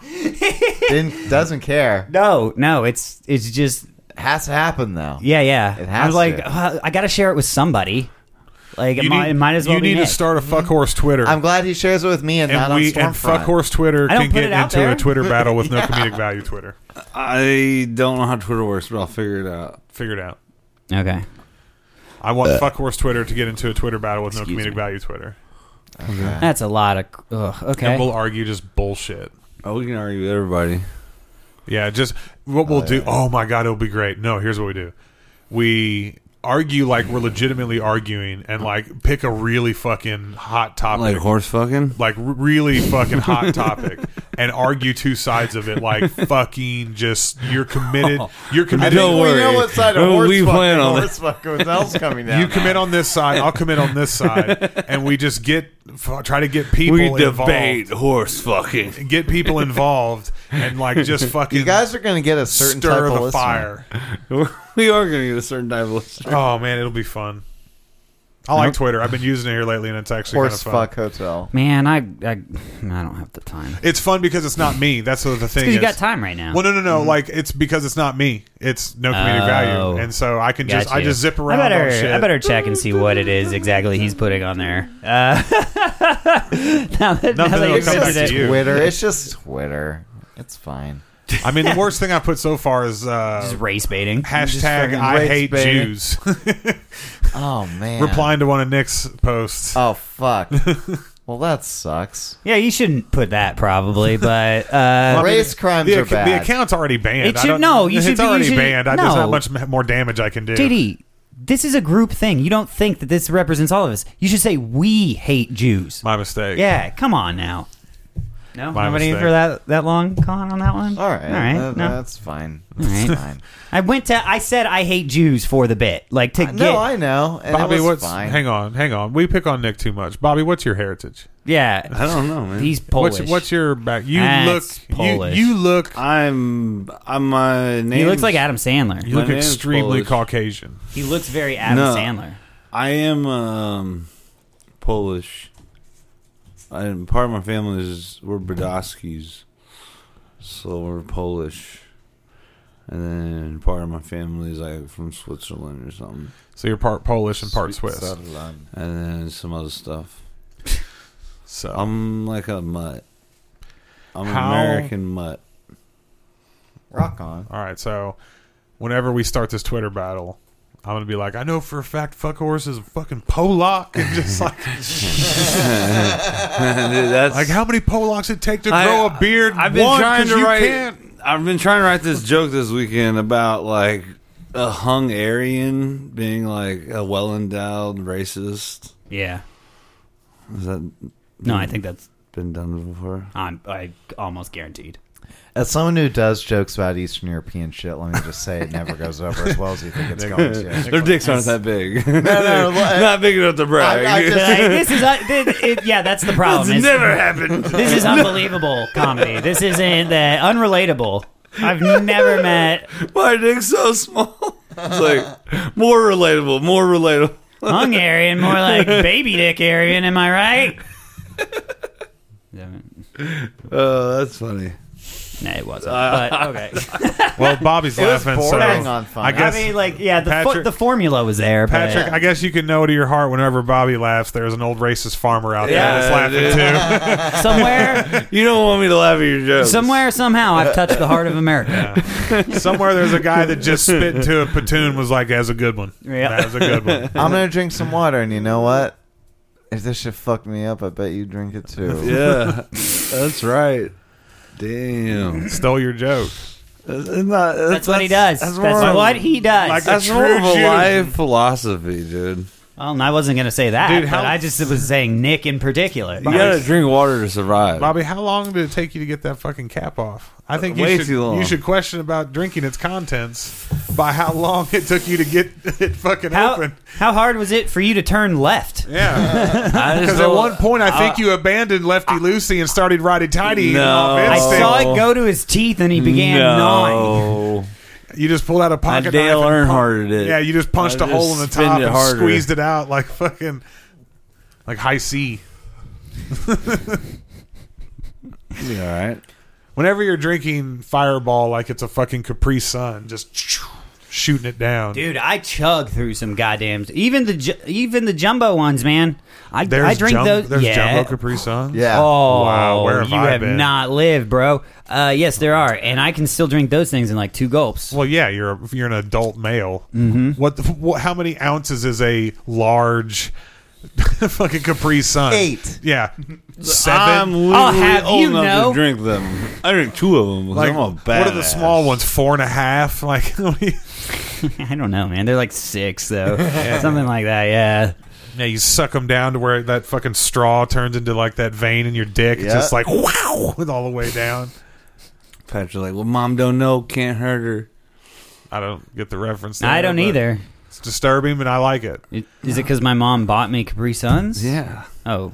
Didn't, doesn't care.
no, no. It's it's just
Has to happen though.
yeah, yeah.
It
I
has
was like,
to.
"Uh, I got to share it with somebody. Like it
you
might,
need,
it might as well
you
be
need
Nick.
to start a fuck horse Twitter.
Mm-hmm. I'm glad he shares it with me and, not
and we
on Stormfront.
and fuck horse Twitter
I don't
can
put
get
it out
into
there.
a Twitter battle with no comedic value. Twitter,
I don't know how Twitter works, but I'll figure it out.
figure it out.
Okay.
I want
Uh,
fuck horse Twitter to get into a Twitter battle with no
Excuse
comedic
me.
value. Twitter.
That's a lot of ugh, okay.
and we'll argue just bullshit.
Oh, we can argue with everybody.
Yeah, just what we'll do. Oh my god, it'll be great. No, here's what we do: we argue like we're legitimately arguing, and like pick a really fucking hot
Like
topic,
horse fucking.
like r- really fucking hot topic, and argue two sides of it. Like fucking, just you're committed. You're committed.
Oh, don't
We
worry.
know what side of
Oh,
horse
we
fucking
plan on
horse fucking Witzel's coming down.
You commit on this side. I'll commit on this side, and we just get f- try to get people
we
involved.
debate horse fucking.
Get people involved and like just fucking
You guys are going to get a certain type
stir
of
the
listener.
fire.
we are going to get a certain type of listener.
Oh man, it'll be fun. I like Twitter. I've been using it here lately, and it's actually
Horse
kind of fun.
fuck hotel.
Man, I, I I don't have the time.
It's fun because it's not me. That's what the thing
Because
is.
you got time right now.
Well, no, no, no.
Mm-hmm.
Like it's because it's not me. It's no comedic
Oh.
value, and so I can just
Gotcha.
I just zip around.
I better,
on shit.
I better check and see what it is exactly he's putting on there. Uh, now that, now that
that'll
you
come back
mentioned
to
it,
you.
Twitter. It's just Twitter. It's fine.
I mean, the worst thing I put so far is
just
uh,
race baiting.
hashtag
fucking
I
race
hate
baiting.
Jews.
Oh man.
Replying to one of Nick's posts.
Oh fuck. well, that sucks.
Yeah, you shouldn't put that probably, but uh,
Race crimes
the,
are
acc-
bad.
the account's already banned.
It
I
should-
don't-
no, you
it's
should be- you
already
should-
banned. I, there's
no.
not much m- more damage I can do.
JD, this is a group thing. You don't think that this represents all of us. You should say we hate Jews.
My mistake.
Yeah, come on now. No,
My
nobody
mistake.
for that that long Colin on that one.
All right.
all right.
that-
no.
That's fine. That's
right.
fine.
I went to. I said I hate Jews for the bit, like to get.
No, I know. And
Bobby,
it was
what's
fine.
hang on, hang on. We pick on Nick too much. Bobby, what's your heritage?
yeah,
I don't know, man.
he's Polish.
What's what's your back? You
That's
look
Polish.
You, you look
I'm. I'm. Uh,
he looks like Adam Sandler.
you look
name's
extremely
Polish.
Caucasian.
He looks very Adam
No.
Sandler.
I am um, Polish. And part of my family is we're Brodowskis, so we're Polish. And then part of my family is like from Switzerland or something,
So you're part Polish and part Swiss.
and then some other stuff.
So
I'm like a mutt. I'm
How-
an American mutt.
Rock on.
all right. So whenever we start this Twitter battle, I'm gonna be like, I know for a fact, fuck horse is a fucking Polak, and just like
Dude, that's
like how many Polacks it take to
I-
grow a beard?
I've been
One,
trying
'cause
to
you
write.
Can't.
I've been trying to write this joke this weekend about like a hung Aryan being like a well endowed racist.
Yeah.
Has that
No, I think that's
been done before?
I'm I almost guaranteed.
As someone who does jokes about Eastern European shit, let me just say it never goes over as well as you think it's going to.
Their dicks aren't that big.
no, well,
not big enough to brag.
I- I just-
Like, this is uh, this, it, yeah, that's the problem.
It's
It's-
never happened.
This is unbelievable comedy. This isn't that unrelatable. I've never met
My dick's so small. It's like more relatable, more relatable.
Hungarian, more like baby dick Aryan. Am I right?
Oh, that's funny.
No, it wasn't. But okay.
Well, Bobby's
was
laughing, so
bordering on funny.
I guess
I mean, like, yeah, the fo-
Patrick-
the formula was there. but-
Patrick, I guess you can know to your heart whenever Bobby laughs. There's an old racist farmer out
Yeah,
there that's laughing too.
somewhere,
You don't want me to laugh at your jokes.
somewhere, somehow, I've touched the heart of America.
Somewhere there's a guy that just spit into a platoon. Was like, "That's a good one.
Yeah.
That was a good one."
I'm gonna drink some water, and you know what? If this shit fucked me up, I bet you drink it too.
Yeah, that's right. Damn,
Stole your joke.
that's, not- that's-
That's what he does. That's,
That's, more of-
what he does.
Like-
that's
The
more of
true
a
Jew.
life philosophy, dude.
well, and I wasn't gonna say that,
Dude, how-
but I just was saying Nick in particular.
You gotta drink water to survive.
Bobby, how long did it take you to get that fucking cap off? I think you
Way
should,
too long.
You should question about drinking its contents by how long it took you to get it fucking
How,
open.
how hard was it for you to turn left?
Yeah,
I just
because at
don't-
one point I think you abandoned Lefty Lucy and started Righty Tighty.
No.
off
I
instinct.
saw it go to his teeth and he began gnawing.
no.
You just pulled out a
I
pocket
Dale
knife. and pun-
Earnhardt it.
Yeah, you just punched
I
a hole in
just
the
spinned
top
it
and
harder.
squeezed it out like fucking like high C.
You'll be all right.
Whenever you're drinking Fireball like it's a fucking Capri Sun, just shooting it down.
Dude, I chug through some goddamn even the ju- even the jumbo ones, man. I I drink
jum-
those.
There's
yeah.
Jumbo Capri Suns.
Yeah.
Oh,
Wow, where have
you
I
have
been?
not lived, bro. Uh, yes, there are, and I can still drink those things in like two gulps.
Well, yeah, you're a, you're an adult male. Mm-hmm. What, the, what? How many ounces is a large fucking Capri Sun?
Eight.
Yeah, 7
I'm literally
I'll have
old
you
enough
know.
to drink them. I drink two of them. 'cause
like
I'm a badass.
what are the small ones? Four and a half. Like what do you-
I don't know, man. They're like six though, something like that. Yeah,
yeah, you suck them down to where that fucking straw turns into like that vein in your dick. It's
Yeah.
just like wow, with all the way down.
Patrick's like, well, mom don't know, can't hurt her.
I don't get the reference.
I
there,
don't
but
either.
It's disturbing, and I like it.
It- Is it because my mom bought me Capri Suns?
Yeah.
Oh,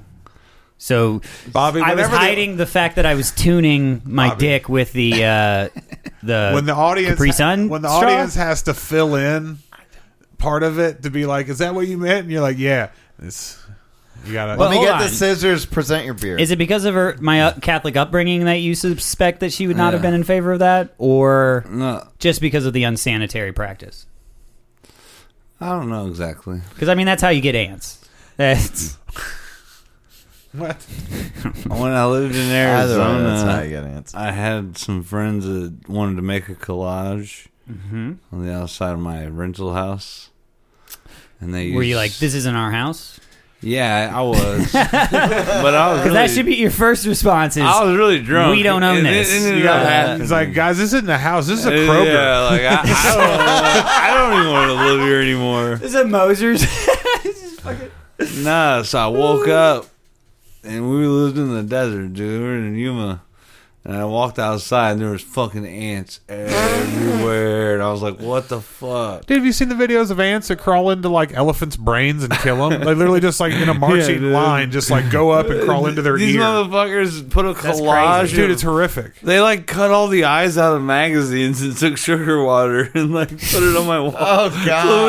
so
Bobby,
I was
whenever the-
hiding the fact that I was tuning my dick with the uh, the
when the audience
Capri Sun
when the
straw?
audience has to fill in part of it to be like, is that what you meant? And you're like, yeah, it's you gotta.
Let
Well,
me
hold
get
on.
the scissors. Present your beer.
Is it because of her my uh, Catholic upbringing that you suspect that she would not have been in favor of that, or
No,
just because of the unsanitary practice?
I don't know exactly.
Because I mean, that's how you get ants. That's
what?
When I lived in
Either way, that's not a
Arizona,
good answer.
I had some friends that wanted to make a collage
Mhm.
on the outside of my rental house. And they
were you
used-
like this isn't our house?
Yeah, I was, but I was really,
Because that should be your first response. Is
I was really drunk.
We don't own
It- it
this.
ended
You
up
gotta have-
happening.
It's like, guys, this isn't a house. This is a
Uh,
Kroger.
Yeah, like I, I, don't, I don't even want to live here anymore.
this is a Moser's?
Nah, so I woke up and we lived in the desert, dude. We were in Yuma. And I walked outside and there was fucking ants everywhere. And I was like, what the fuck?
Dude, have you seen the videos of ants that crawl into like elephants' brains and kill them? they literally just like in a marching
dude.
line, just like go up and crawl into their
These
ear.
motherfuckers put a
That's
collage.
crazy.
Uh, Dude,
of-
it's horrific.
they like cut all the eyes out of magazines and took sugar water and like put it on my wall.
Oh,
So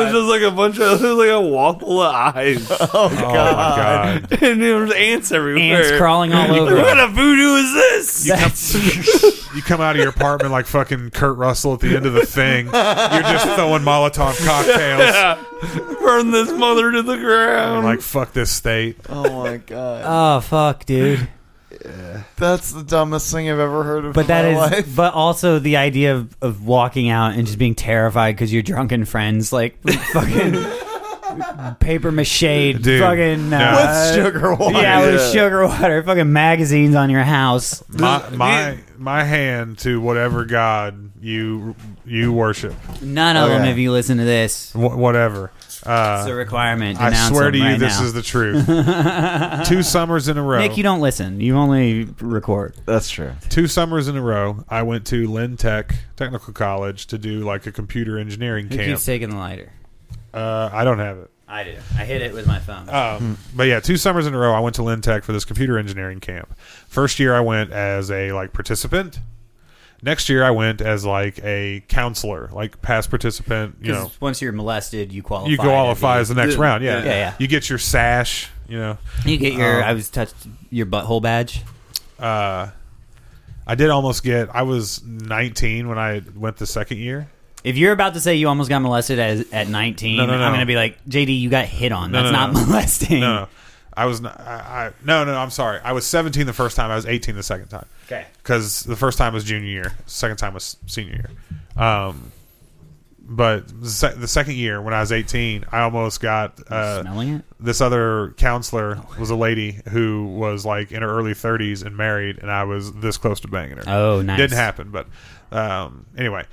it
God.
was just like a bunch of, it was like a wall full of eyes.
Oh my god.
and there was ants everywhere.
ants crawling all over.
What
it.
kind of voodoo is this?
That's-
You come out of your apartment like fucking Kurt Russell at the end of the thing. You're just throwing Molotov cocktails.
Burn this mother to the ground.
Like fuck this state.
Oh my god,
oh fuck, dude!
that's the dumbest thing I've ever heard of.
But
in
that
my
is,
life.
but also the idea of, of walking out and just being terrified because your drunken friends like fucking paper mache,
Dude.
fucking
No.
uh,
With sugar water.
Yeah, with
Yeah.
sugar water, fucking magazines on your house.
my my my hand to whatever god you you worship,
None of
Oh,
them.
yeah.
If you listen to this,
Wh- whatever.
it's a
Uh,
requirement.
I
Denounce
swear
them
to you,
right
this
now.
is the truth. Two summers in a row.
Nick, you don't listen. You only record.
That's true.
two summers in a row, I went to Lynn Tech Technical College to do like a computer engineering
Who
camp.
keeps taking the lighter?
Uh, I don't have it.
I do. I hit it with my phone.
Um, but yeah, two summers in a row, I went to Lynn Tech for this computer engineering camp. First year, I went as a like participant. Next year, I went as like a counselor, like past participant. You know,
Because once you're molested, you qualify.
you qualify as the next
Yeah.
round. Yeah.
Yeah, yeah.
You get your sash. You know,
You get your
Um,
I was touched your butthole badge.
uh, I did almost get. I was 19 when I went the second year.
If you're about to say you almost got molested as, at 19,
No, no, no.
I'm gonna be like, JD, you got hit on.
No,
That's
no,
not
no.
molesting.
No, no. I was not. I, I, no, no. I'm sorry. I was 17 the first time. I was 18 the second time.
Okay.
Because the first time was junior year. Second time was senior year. Um, but the se- the second year when I was 18, I almost got uh,
Smelling it.
this other counselor was a lady who was like in her early 30s and married, and I was this close to banging her.
Oh, nice.
Didn't happen, but um, anyway,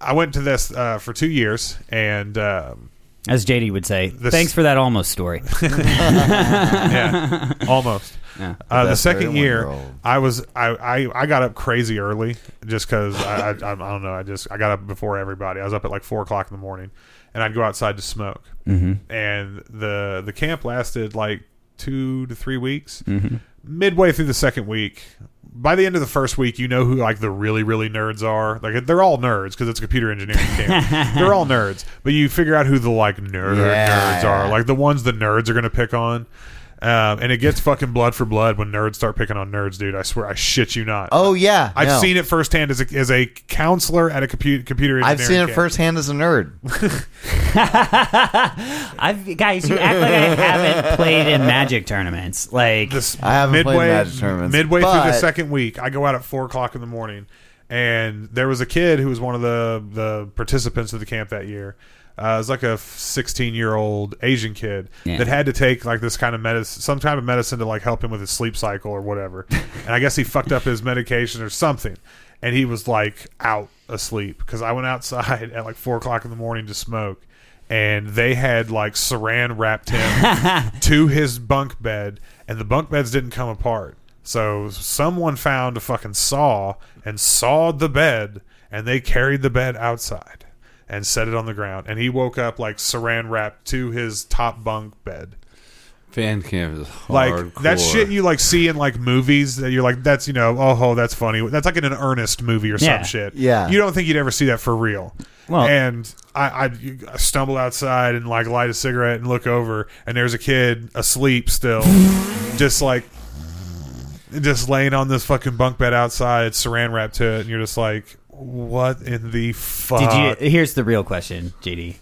I went to this uh, for two years and. Um,
As JD would say,
This-
thanks for that almost story.
yeah, almost.
Yeah.
Uh, the
That's
second
31
year,
year old.
I was I, I, I got up crazy early just because I, I I don't know I just I got up before everybody. I was up at like four o'clock in the morning, and I'd go outside to smoke. Mm-hmm. And the the camp lasted like two to three weeks. Midway through the second week, by the end of the first week, you know who like the really really nerds are. Like they're all nerds because it's a computer engineering camp. they're all nerds, but you figure out who the like nerd
Yeah.
nerds are. Like the ones the nerds are gonna pick on. Um, and it gets fucking blood for blood when nerds start picking on nerds, dude. I swear, I shit you not.
Oh yeah,
I've
no.
seen it firsthand as a, as a counselor at a computer computer.
I've seen
engineering
it
camp.
firsthand as a nerd.
I've guys, you act like I haven't played in magic tournaments. Like
This
I haven't played
midway
Magic tournaments,
midway through the
but-
second week, I go out at four o'clock in the morning, and there was a kid who was one of the the participants of the camp that year. Uh, it was like a 16 year old Asian kid
Yeah.
that had to take like this kind of medicine, some kind of medicine to like help him with his sleep cycle or whatever. and I guess he fucked up his medication or something, and he was like out asleep because I went outside at like four o'clock in the morning to smoke, and they had like saran wrapped him to his bunk bed, and the bunk beds didn't come apart. So someone found a fucking saw and sawed the bed, and they carried the bed outside and set it on the ground. And he woke up like saran wrapped to his top bunk bed.
Fan camp is hardcore.
Like that shit you like see in like movies that you're like that's you know oh ho that's funny that's like in an earnest movie or
Yeah.
some shit
Yeah.
you don't think you'd ever see that for real
Well-
and I, I I stumble outside and like light a cigarette and look over and there's a kid asleep still just like just laying on this fucking bunk bed outside saran wrapped to it and you're just like what in the fuck
Did you? Here's the real question, JD.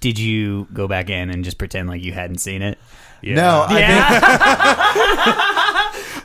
Did you go back in and just pretend like you hadn't seen it?
Yeah.
No, I think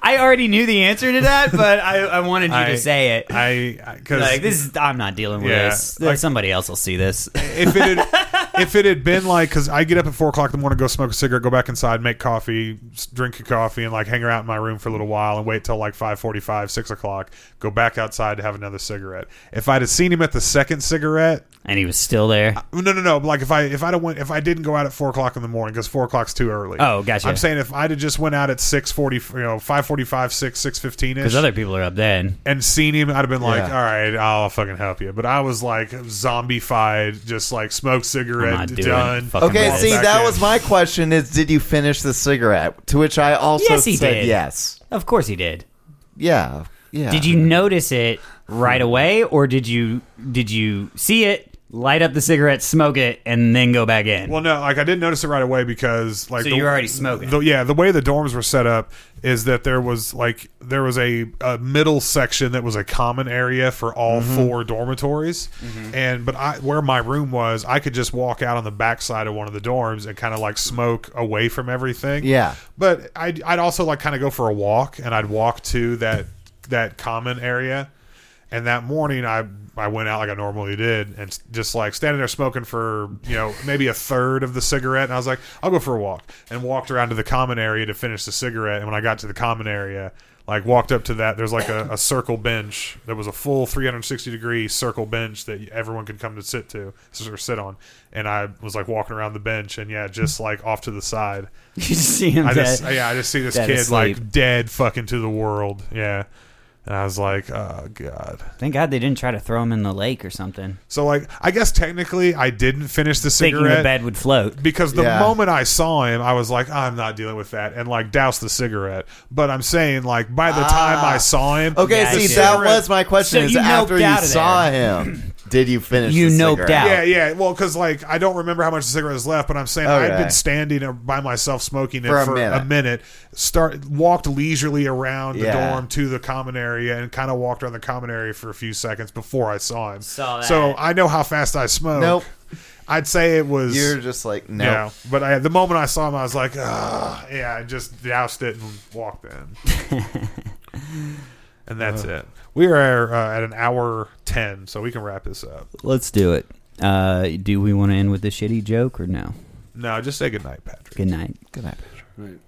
I already knew the answer to that, but I, I wanted you
I-
to say it.
I I- cause
like this is I'm not dealing with
Yeah,
this.
like-
Somebody else will see this.
if it had, if it had been like because I get up at four o'clock in the morning, go smoke a cigarette, go back inside, make coffee, s- drink a coffee, and like hang around in my room for a little while and wait till like five forty-five, six o'clock, go back outside to have another cigarette. If I'd have seen him at the second cigarette,
And he was still there.
no, no, no. Like if I if I went if I didn't go out at four o'clock in the morning because four o'clock's too early.
Oh, gotcha.
I'm saying if I'd have just went out at six forty, you know, five forty-five, six six fifteen ish
Because other people are up then.
and seen him, I'd have been like,
Yeah.
"All right, I'll fucking help you." But I was like zombified, just like smoked
I'm not
cigarette,
doing it.
done.
Fuck Fucking
Okay,
walls
see,
back
that
in.
was my question: Is did you finish the cigarette? To which I also
Yes, he
said
did.
yes.
Of course he did.
Yeah, yeah.
Did you notice it right away, or did you did you see it, light up the cigarette, smoke it, and then go back in?
Well, no, like I didn't notice it right away because like
So you were already smoking.
the- yeah, the way the dorms were set up is that there was like there was a, a middle section that was a common area for all
Mm-hmm.
four dormitories, and but I where my room was, I could just walk out on the backside of one of the dorms and kind of like smoke away from everything.
Yeah.
but I'd, I'd also like kind of go for a walk, and I'd walk to that that common area. And that morning, I I went out like I normally did, and s- just like standing there smoking for you know maybe a third of the cigarette. And I was like, I'll go for a walk, and walked around to the common area to finish the cigarette. And when I got to the common area, like walked up to that, there's like a, a circle bench. There was a full 360 degree circle bench that everyone could come to sit to or sit on. And I was like walking around the bench, and yeah, just like off to the side.
You just see him
I
dead.
just yeah, I just see this
Dead
kid
asleep.
like dead fucking to the world. Yeah. And I was like, oh god.
Thank God they didn't try to throw him in the lake or something.
So like I guess technically I didn't finish the
Thinking the
cigarette
bed would float.
because the
Yeah.
moment I saw him I was like, I'm not dealing with that and like doused the cigarette. But I'm saying like by the time I saw him
Okay,
Yeah,
see,
I
that
did.
was my question.
So
is
you noped
after you
out of
saw him, did you finish?
You
the
noped
cigarette?
out.
Yeah, yeah. Well, because like I don't remember how much the cigarette was left, but I'm saying
Okay.
I've been standing by myself smoking it
Oh, For
for,
a
a, minute.
minute.
Start walked leisurely around the
Yeah.
dorm to the common area and kind of walked around the common area for a few seconds before I saw him.
Saw that.
So I know how fast I smoke.
Nope.
I'd say it was.
You're just like no.
yeah, but I, the moment I saw him, I was like, Ugh. yeah, I just doused it and walked in. and that's it. We are uh, at an hour 10, so we can wrap this up.
Let's do it. Uh, do we want to end with a shitty joke or no?
No, just say goodnight, Patrick.
Good night.
Good night.
Right.